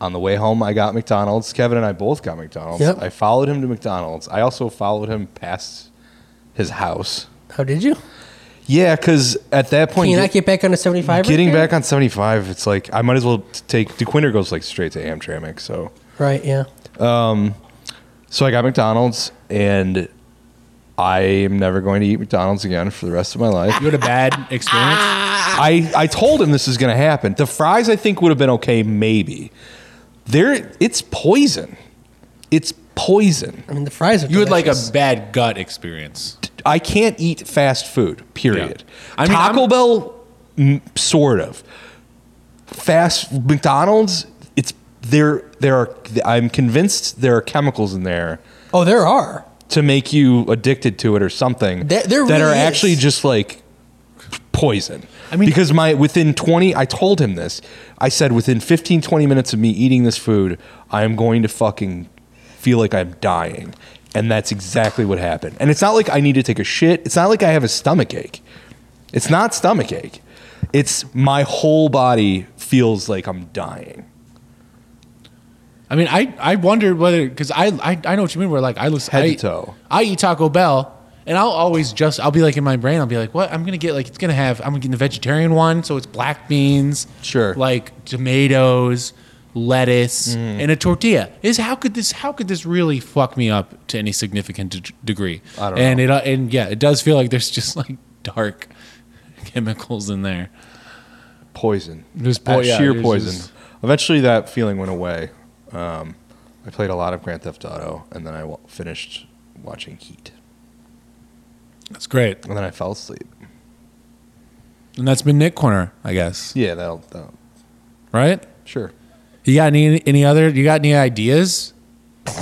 Speaker 3: on the way home, I got McDonald's. Kevin and I both got McDonald's.
Speaker 2: Yep.
Speaker 3: I followed him to McDonald's. I also followed him past his house.
Speaker 2: How did you?
Speaker 3: Yeah, because at that
Speaker 2: Can
Speaker 3: point,
Speaker 2: you
Speaker 3: get-
Speaker 2: not get back on a seventy-five?
Speaker 3: getting back on 75, it's like I might as well t- take. DeQuinter goes like straight to Amtrak, so.
Speaker 2: Right. Yeah.
Speaker 3: So I got McDonald's, and I am never going to eat McDonald's again for the rest of my life.
Speaker 1: You had a bad experience.
Speaker 3: I, I told him this is going to happen. The fries I think would have been okay, maybe. There, it's poison. It's poison.
Speaker 2: I mean, the fries are.
Speaker 1: You had like a
Speaker 2: delicious.
Speaker 1: bad gut experience.
Speaker 3: I can't eat fast food. Period.
Speaker 1: Yeah. I mean,
Speaker 3: Taco
Speaker 1: I'm-
Speaker 3: Bell, m- sort of. Fast McDonald's. It's there. There are. I'm convinced there are chemicals in there
Speaker 2: Oh, there are.
Speaker 3: to make you addicted to it or something
Speaker 2: There- there
Speaker 3: that are
Speaker 2: really is.
Speaker 3: actually just like poison.
Speaker 1: I mean-
Speaker 3: because my within 20, I told him this. I said within 15, 20 minutes of me eating this food, I am going to fucking feel like I'm dying. And that's exactly what happened. And it's not like I need to take a shit. It's not like I have a stomach ache. It's not stomach ache. It's my whole body feels like I'm dying.
Speaker 1: I mean, I, I wondered whether because I, I I know what you mean. Where like I listen,
Speaker 3: Head to
Speaker 1: I,
Speaker 3: toe.
Speaker 1: I eat Taco Bell, and I'll always just I'll be like in my brain, I'll be like, what I'm gonna get like it's gonna have I'm getting the vegetarian one, so it's black beans,
Speaker 3: Sure.
Speaker 1: like tomatoes, lettuce,
Speaker 3: Mm-hmm.
Speaker 1: and a tortilla. Is how could this how could this really fuck me up to any significant de- degree?
Speaker 3: I don't
Speaker 1: and
Speaker 3: know.
Speaker 1: it uh, and yeah, it does feel like there's just like dark chemicals in there.
Speaker 3: poison.
Speaker 1: Just po-
Speaker 3: Uh,
Speaker 1: yeah,
Speaker 3: sheer
Speaker 1: it was
Speaker 3: poison.
Speaker 1: just-
Speaker 3: Eventually, that feeling went away. Um, I played a lot of Grand Theft Auto, and then I w- finished watching Heat,
Speaker 1: That's great,
Speaker 3: and then I fell asleep.
Speaker 1: and that's been Nick Corner, I guess,
Speaker 3: Yeah, that'll, that'll
Speaker 1: right?
Speaker 3: sure.
Speaker 1: You got any any other? You got any ideas? You're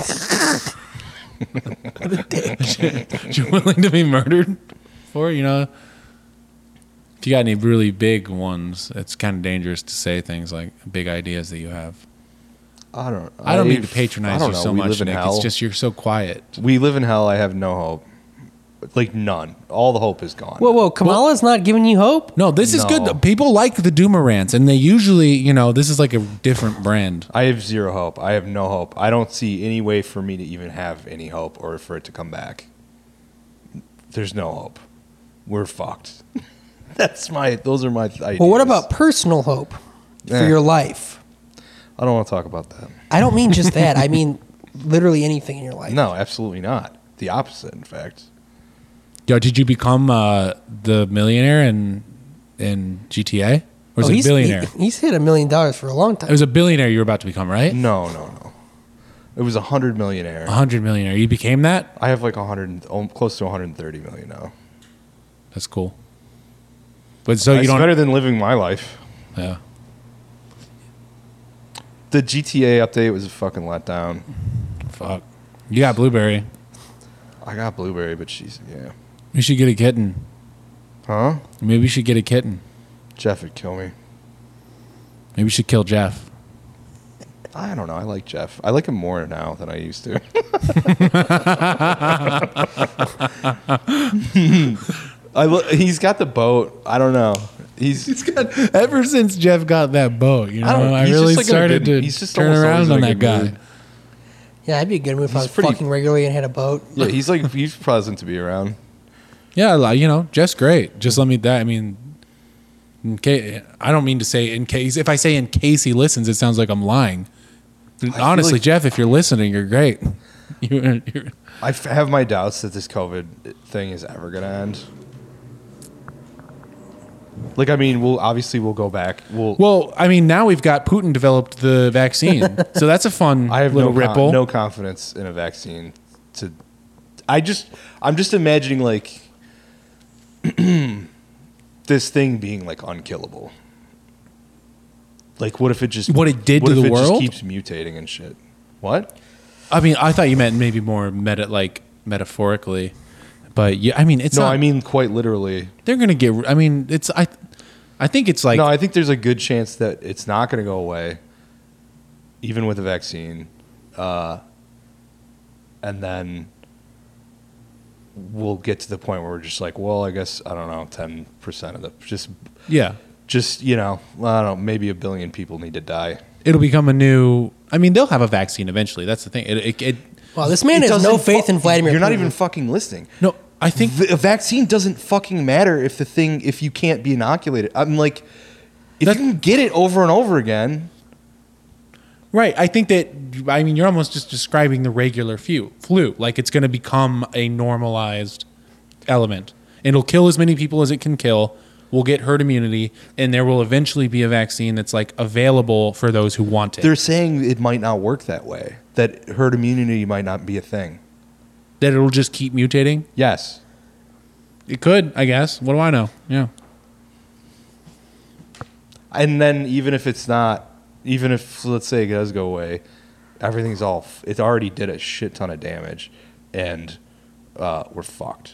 Speaker 1: willing to be murdered for, you know? If you got any really big ones, it's kind of dangerous to say things like big ideas that you have.
Speaker 3: I don't.
Speaker 1: I don't mean to patronize
Speaker 3: I don't
Speaker 1: you
Speaker 3: know.
Speaker 1: so
Speaker 3: we
Speaker 1: much,
Speaker 3: Live in
Speaker 1: Nick.
Speaker 3: hell.
Speaker 1: It's just you're so quiet.
Speaker 3: we live in hell. I have no hope. Like none. All the hope is gone.
Speaker 2: Whoa, whoa, Kamala's not giving you hope?
Speaker 1: No, this is
Speaker 3: No.
Speaker 1: good. People like the Doomer rants, and they usually, you know, this is like a different brand.
Speaker 3: I have zero hope. I have no hope. I don't see any way for me to even have any hope or for it to come back. There's no hope. We're fucked. That's my. Those are my ideas.
Speaker 2: Well, what about personal hope
Speaker 3: Eh.
Speaker 2: for your life?
Speaker 3: I don't want to talk about that.
Speaker 2: I don't mean just that. I mean literally anything in your life.
Speaker 3: No, absolutely not. The opposite, in fact.
Speaker 1: Yo, did you become uh, the millionaire in in GTA, or
Speaker 2: Oh,
Speaker 1: is it
Speaker 2: he's, he-
Speaker 1: billionaire?
Speaker 2: he's hit a million dollars for a long
Speaker 1: it
Speaker 2: time.
Speaker 1: was a billionaire you were about to become, right?
Speaker 3: No, no, no. It was a hundred millionaire.
Speaker 1: A hundred millionaire. You became that.
Speaker 3: I have like a hundred, and- oh, close to 130 million now.
Speaker 1: That's cool. But so
Speaker 3: it's
Speaker 1: you don't.
Speaker 3: better than living my life.
Speaker 1: yeah.
Speaker 3: The GTA update was a fucking letdown.
Speaker 1: Fuck. You got blueberry.
Speaker 3: I got Blueberry, but she's yeah.
Speaker 1: You should get a kitten.
Speaker 3: Huh?
Speaker 1: Maybe you should get a kitten.
Speaker 3: Jeff would kill me.
Speaker 1: Maybe you should kill Jeff.
Speaker 3: I don't know. I like Jeff. I like him more now than I used to. I lo- he's got the boat. I don't know. He's,
Speaker 1: got ever since Jeff got that boat. You know,
Speaker 3: I don't-
Speaker 1: I,
Speaker 3: he's just
Speaker 1: really
Speaker 3: like in a
Speaker 1: started
Speaker 3: good-
Speaker 1: to
Speaker 3: he's just
Speaker 1: turn
Speaker 3: almost always
Speaker 1: around
Speaker 3: in a
Speaker 1: on that
Speaker 3: good
Speaker 1: guy.
Speaker 3: mood.
Speaker 2: Yeah, that'd be a good move if I
Speaker 3: He's
Speaker 2: was
Speaker 3: pretty-
Speaker 2: fucking regularly and had a boat.
Speaker 3: yeah. He's like he's pleasant to be around.
Speaker 1: Yeah, like, you know, Jeff's great. Just let me that. I mean, in case, I don't mean to say in case. If I say in case he listens, it sounds like I'm lying. Honestly,
Speaker 3: like-
Speaker 1: Jeff, if you're listening, you're great. You, you're,
Speaker 3: I f- have my doubts that this COVID thing is ever going to end. Like, I mean, we'll obviously we'll go back. We'll.
Speaker 1: well, I mean, now we've got Putin developed the vaccine, so that's a fun
Speaker 3: I have no
Speaker 1: little
Speaker 3: con-
Speaker 1: ripple.
Speaker 3: no confidence in a vaccine. To, I just I'm just imagining like this thing being like unkillable. Like, what if it just
Speaker 1: What it did to
Speaker 3: if
Speaker 1: the
Speaker 3: it
Speaker 1: world?
Speaker 3: just keeps mutating and shit? What?
Speaker 1: I mean, I thought you meant maybe more meta, like metaphorically, but yeah, I mean, it's
Speaker 3: no,
Speaker 1: not.
Speaker 3: I mean quite literally.
Speaker 1: they're gonna get. I mean, it's I. I think it's like
Speaker 3: no, I think there's a good chance that it's not going to go away, even with a vaccine. Uh, and then we'll get to the point where we're just like, well, I guess I don't know, ten percent of the just,
Speaker 1: yeah.
Speaker 3: just you know, I don't know, maybe a billion people need to die.
Speaker 1: It'll become a new. I mean, they'll have a vaccine eventually. That's the thing. It, it, it
Speaker 2: Wow, this man
Speaker 3: It
Speaker 2: has no
Speaker 3: doesn't
Speaker 2: faith
Speaker 3: fu-
Speaker 2: in Vladimir
Speaker 3: You're not
Speaker 2: Putin.
Speaker 3: even fucking listening.
Speaker 1: no. I think
Speaker 3: V- a vaccine doesn't fucking matter if the thing if you can't be inoculated. I'm like, if
Speaker 1: That-
Speaker 3: you can get it over and over again,
Speaker 1: Right. I think that I mean you're almost just describing the regular few, flu. Like it's going to become a normalized element. It'll kill as many people as it can kill. We'll get herd immunity, and there will eventually be a vaccine that's like available for those who want it.
Speaker 3: they're saying it might not work that way. That herd immunity might not be a thing.
Speaker 1: that it'll just keep mutating.
Speaker 3: Yes.
Speaker 1: It could, I guess. What do I know? Yeah.
Speaker 3: And then even if it's not, even if let's say it does go away, everything's all f- it already did a shit ton of damage, and uh, we're fucked.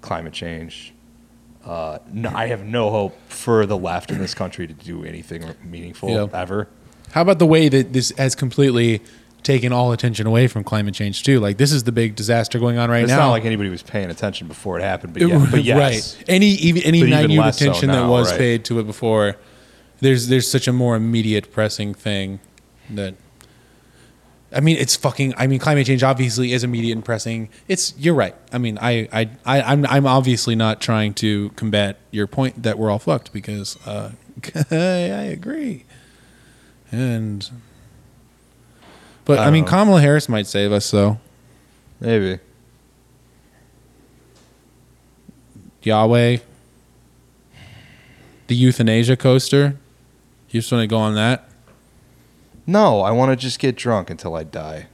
Speaker 3: Climate change. Uh, no, I have no hope for the left in this country to do anything meaningful
Speaker 1: Yeah.
Speaker 3: ever.
Speaker 1: How about the way that this has completely taken all attention away from climate change too? Like this is the big disaster going on right
Speaker 3: It's
Speaker 1: now.
Speaker 3: not like anybody was paying attention before it happened, but yeah, but yes,
Speaker 1: Right. Any even any
Speaker 3: But even
Speaker 1: minute
Speaker 3: less so
Speaker 1: attention that
Speaker 3: now,
Speaker 1: was
Speaker 3: right.
Speaker 1: paid to it before, there's there's such a more immediate pressing thing that. I mean, it's fucking. I mean, climate change obviously is immediate and pressing. It's you're right. I mean, I I, I I'm I'm obviously not trying to combat your point that we're all fucked because uh, I agree. And, but I,
Speaker 3: don't
Speaker 1: mean,
Speaker 3: know.
Speaker 1: Kamala Harris might save us though.
Speaker 3: maybe.
Speaker 1: Yahweh, the euthanasia coaster. You just want to go on that,
Speaker 3: No, I want to just get drunk until I die.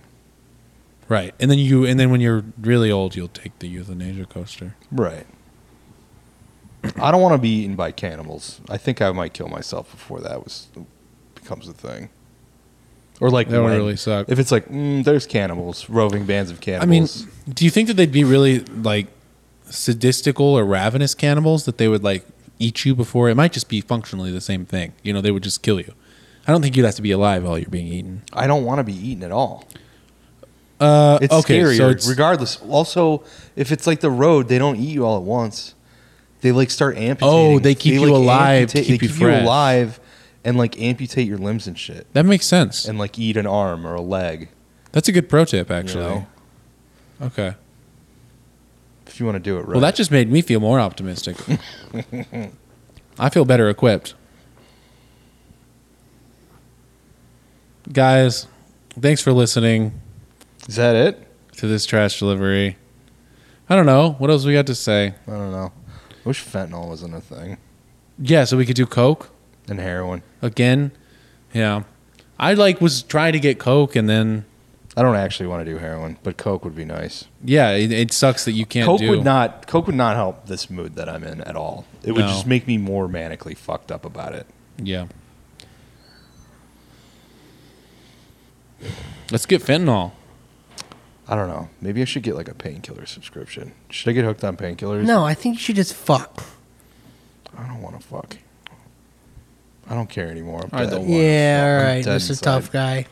Speaker 1: right? And then you, and then when you're really old, you'll take the euthanasia coaster.
Speaker 3: Right. I don't want to be eaten by cannibals. I think I might kill myself before that was becomes a thing. Or like
Speaker 1: That would
Speaker 3: when.
Speaker 1: really suck.
Speaker 3: If it's like mm, there's cannibals, roving bands of
Speaker 1: I mean,
Speaker 3: cannibals.
Speaker 1: do you think that they'd be really like sadistical or ravenous cannibals that they would like eat you before? It might just be functionally the same thing. You know, they would just kill you. I don't think you'd have to be alive while you're being eaten.
Speaker 3: I don't want to be eaten at all.
Speaker 1: Uh,
Speaker 3: It's
Speaker 1: okay,
Speaker 3: scarier,
Speaker 1: so it's-
Speaker 3: regardless. Also, if it's like the road, they don't eat you all at once. They like start amputating.
Speaker 1: Oh, they keep you alive to
Speaker 3: amputate-
Speaker 1: keep
Speaker 3: they
Speaker 1: you
Speaker 3: keep
Speaker 1: fresh.
Speaker 3: you alive, and like amputate your limbs and shit,
Speaker 1: that makes sense.
Speaker 3: and like eat an arm or a leg.
Speaker 1: That's a good pro tip, actually.
Speaker 3: know?
Speaker 1: Okay.
Speaker 3: If you want to do it right.
Speaker 1: Well, that just made me feel more optimistic. I feel better equipped. Guys, thanks for listening.
Speaker 3: is that it.
Speaker 1: to this trash delivery. I don't know what else we got to say.
Speaker 3: I don't know. I wish fentanyl wasn't a thing.
Speaker 1: Yeah, so we could do coke
Speaker 3: And heroin.
Speaker 1: again. Yeah, I like was trying to get coke, and then
Speaker 3: I don't actually want to do heroin, but coke would be nice.
Speaker 1: yeah, it, it sucks that you can't
Speaker 3: coke
Speaker 1: do.
Speaker 3: would not. Coke would not help this mood that I'm in at all. It would
Speaker 1: No.
Speaker 3: just make me more manically fucked up about it.
Speaker 1: Yeah. Let's get fentanyl.
Speaker 3: I don't know. Maybe I should get like a painkiller subscription. Should I get hooked on painkillers?
Speaker 2: No, I think you should just fuck.
Speaker 3: I don't want to fuck. I don't care anymore. I'm
Speaker 1: I
Speaker 3: dead.
Speaker 1: don't wanna
Speaker 2: Yeah,
Speaker 3: fuck.
Speaker 2: all
Speaker 3: I'm
Speaker 2: right,
Speaker 3: dead
Speaker 2: Mr.
Speaker 3: inside.
Speaker 2: Tough Guy.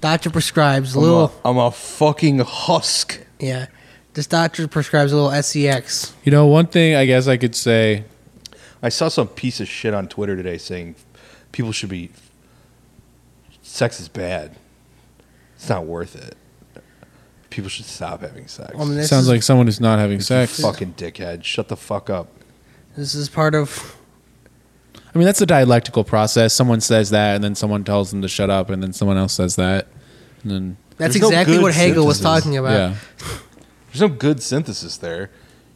Speaker 2: Doctor prescribes a
Speaker 3: I'm a,
Speaker 2: little.
Speaker 3: I'm a fucking husk.
Speaker 2: Yeah, this doctor prescribes a little E sex.
Speaker 1: You know, one thing I guess I could say.
Speaker 3: I saw some piece of shit on Twitter today saying people should be. Sex is bad. It's not worth it. People should stop having sex.
Speaker 2: I mean, this
Speaker 1: sounds
Speaker 2: is-
Speaker 1: like someone who's not having sex.
Speaker 3: Fucking dickhead. Shut the fuck up.
Speaker 2: This is part of.
Speaker 1: I mean, that's the dialectical process. Someone says that, and then someone tells them to shut up, and then someone else says that, and then
Speaker 2: That's
Speaker 3: There's no
Speaker 2: exactly
Speaker 3: good
Speaker 2: what Hegel was
Speaker 3: synthesis.
Speaker 2: talking about.
Speaker 1: yeah.
Speaker 3: There's no good synthesis there.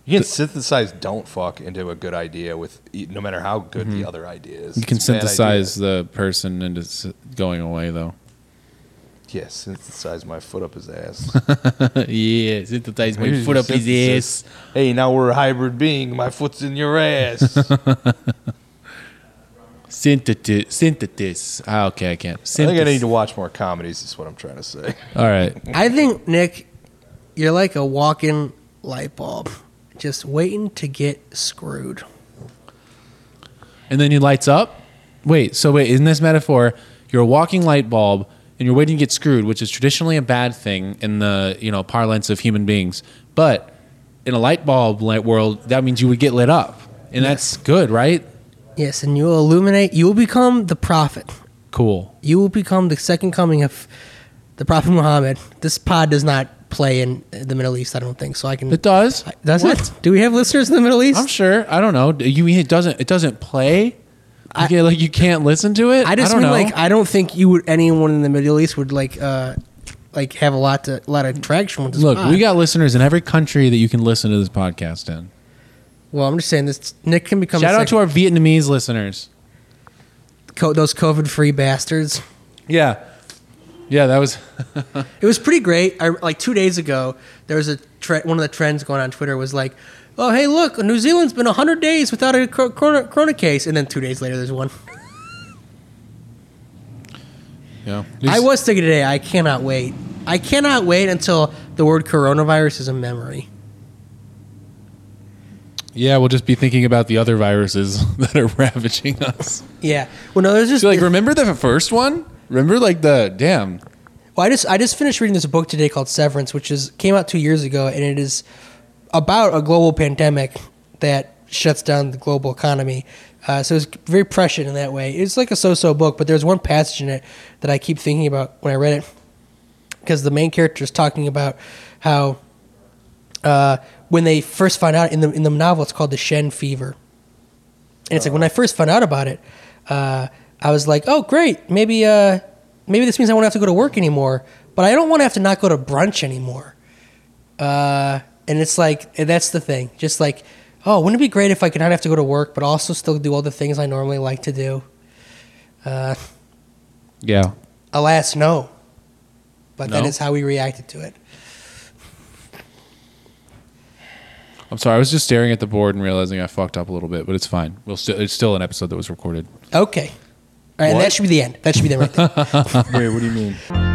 Speaker 3: You can synthesize don't fuck into a good idea with no matter how good the other idea is.
Speaker 1: Mm-hmm. You can
Speaker 3: It's a bad
Speaker 1: synthesize
Speaker 3: idea.
Speaker 1: the person into s- going away, though.
Speaker 3: Yeah, synthesize my foot up his ass.
Speaker 1: yeah, synthesize
Speaker 3: Synthesis. Hey, now we're a hybrid being. My foot's in your ass.
Speaker 1: Synthetis. Synthetis. Ah, okay, I can't.
Speaker 3: I think I
Speaker 1: Synthes-
Speaker 3: need to watch more comedies. Is what I'm trying to say.
Speaker 1: All right.
Speaker 2: I think Nick, you're like a walking light bulb, just waiting to get screwed.
Speaker 1: And then he lights up. Wait, so wait, in this metaphor, you're a walking light bulb and you're waiting to get screwed, which is traditionally a bad thing in the, you know, parlance of human beings. But in a light bulb light world, that means you would get lit up. And that's good, right?
Speaker 2: Yes, and you will illuminate. You will become the prophet.
Speaker 1: Cool.
Speaker 2: You will become the second coming of the Prophet Muhammad. This pod does not play in the Middle East, I don't think. So I can.
Speaker 1: It does.
Speaker 2: Does
Speaker 1: What?
Speaker 2: it? Do we have listeners in the Middle East?
Speaker 1: I'm sure. I don't know. Do You mean it doesn't? It doesn't play.
Speaker 2: I-
Speaker 1: Okay, like you can't listen to it.
Speaker 2: I just
Speaker 1: don't
Speaker 2: mean
Speaker 1: know.
Speaker 2: like I don't think you would anyone in the Middle East would like uh like have a lot to a lot of traction with this.
Speaker 1: Look,
Speaker 2: pod.
Speaker 1: we got listeners in every country that you can listen to this podcast in.
Speaker 2: Well, I'm just saying this. Nick can become
Speaker 1: Shout
Speaker 2: the
Speaker 1: out to our Vietnamese listeners.
Speaker 2: sec- co- those COVID-free bastards.
Speaker 1: Yeah, yeah, that was
Speaker 2: It was pretty great. I, like two days ago, there was a tre- one of the trends going on Twitter was like, "Oh, hey, look, New Zealand's been hundred days without a cor- corona, corona case," and then two days later, there's one.
Speaker 1: yeah.
Speaker 2: I was thinking today, I cannot wait. I cannot wait until the word coronavirus is a memory.
Speaker 1: Yeah, we'll just be thinking about the other viruses that are ravaging us.
Speaker 2: Yeah. Well, no, there's just
Speaker 1: So, like, remember the first one? Remember, like the damn.
Speaker 2: Well, I just I just finished reading this book today called Severance, which is came out two years ago, and it is about a global pandemic that shuts down the global economy. Uh, so it's very prescient in that way. It's like a so-so book, but there's one passage in it that I keep thinking about when I read it because the main character is talking about how uh, when they first find out in the in the novel, it's called the Shen fever, and it's like when I first found out about it, uh, I was like, oh great, maybe uh, maybe this means I won't have to go to work anymore, but I don't want to have to not go to brunch anymore. Uh, and it's like and that's the thing, just like oh, wouldn't it be great if I could not have to go to work, but also still do all the things I normally like to do? Uh,
Speaker 1: Yeah,
Speaker 2: alas, no. But that
Speaker 1: No?
Speaker 2: is how we reacted to it.
Speaker 1: I'm sorry. I was just staring at the board and realizing I fucked up a little bit, but it's fine. We'll still it's still an episode that was recorded.
Speaker 2: Okay. All right, and
Speaker 3: What?
Speaker 2: that should be the end. That should be the end right there.
Speaker 3: Wait, what do you mean?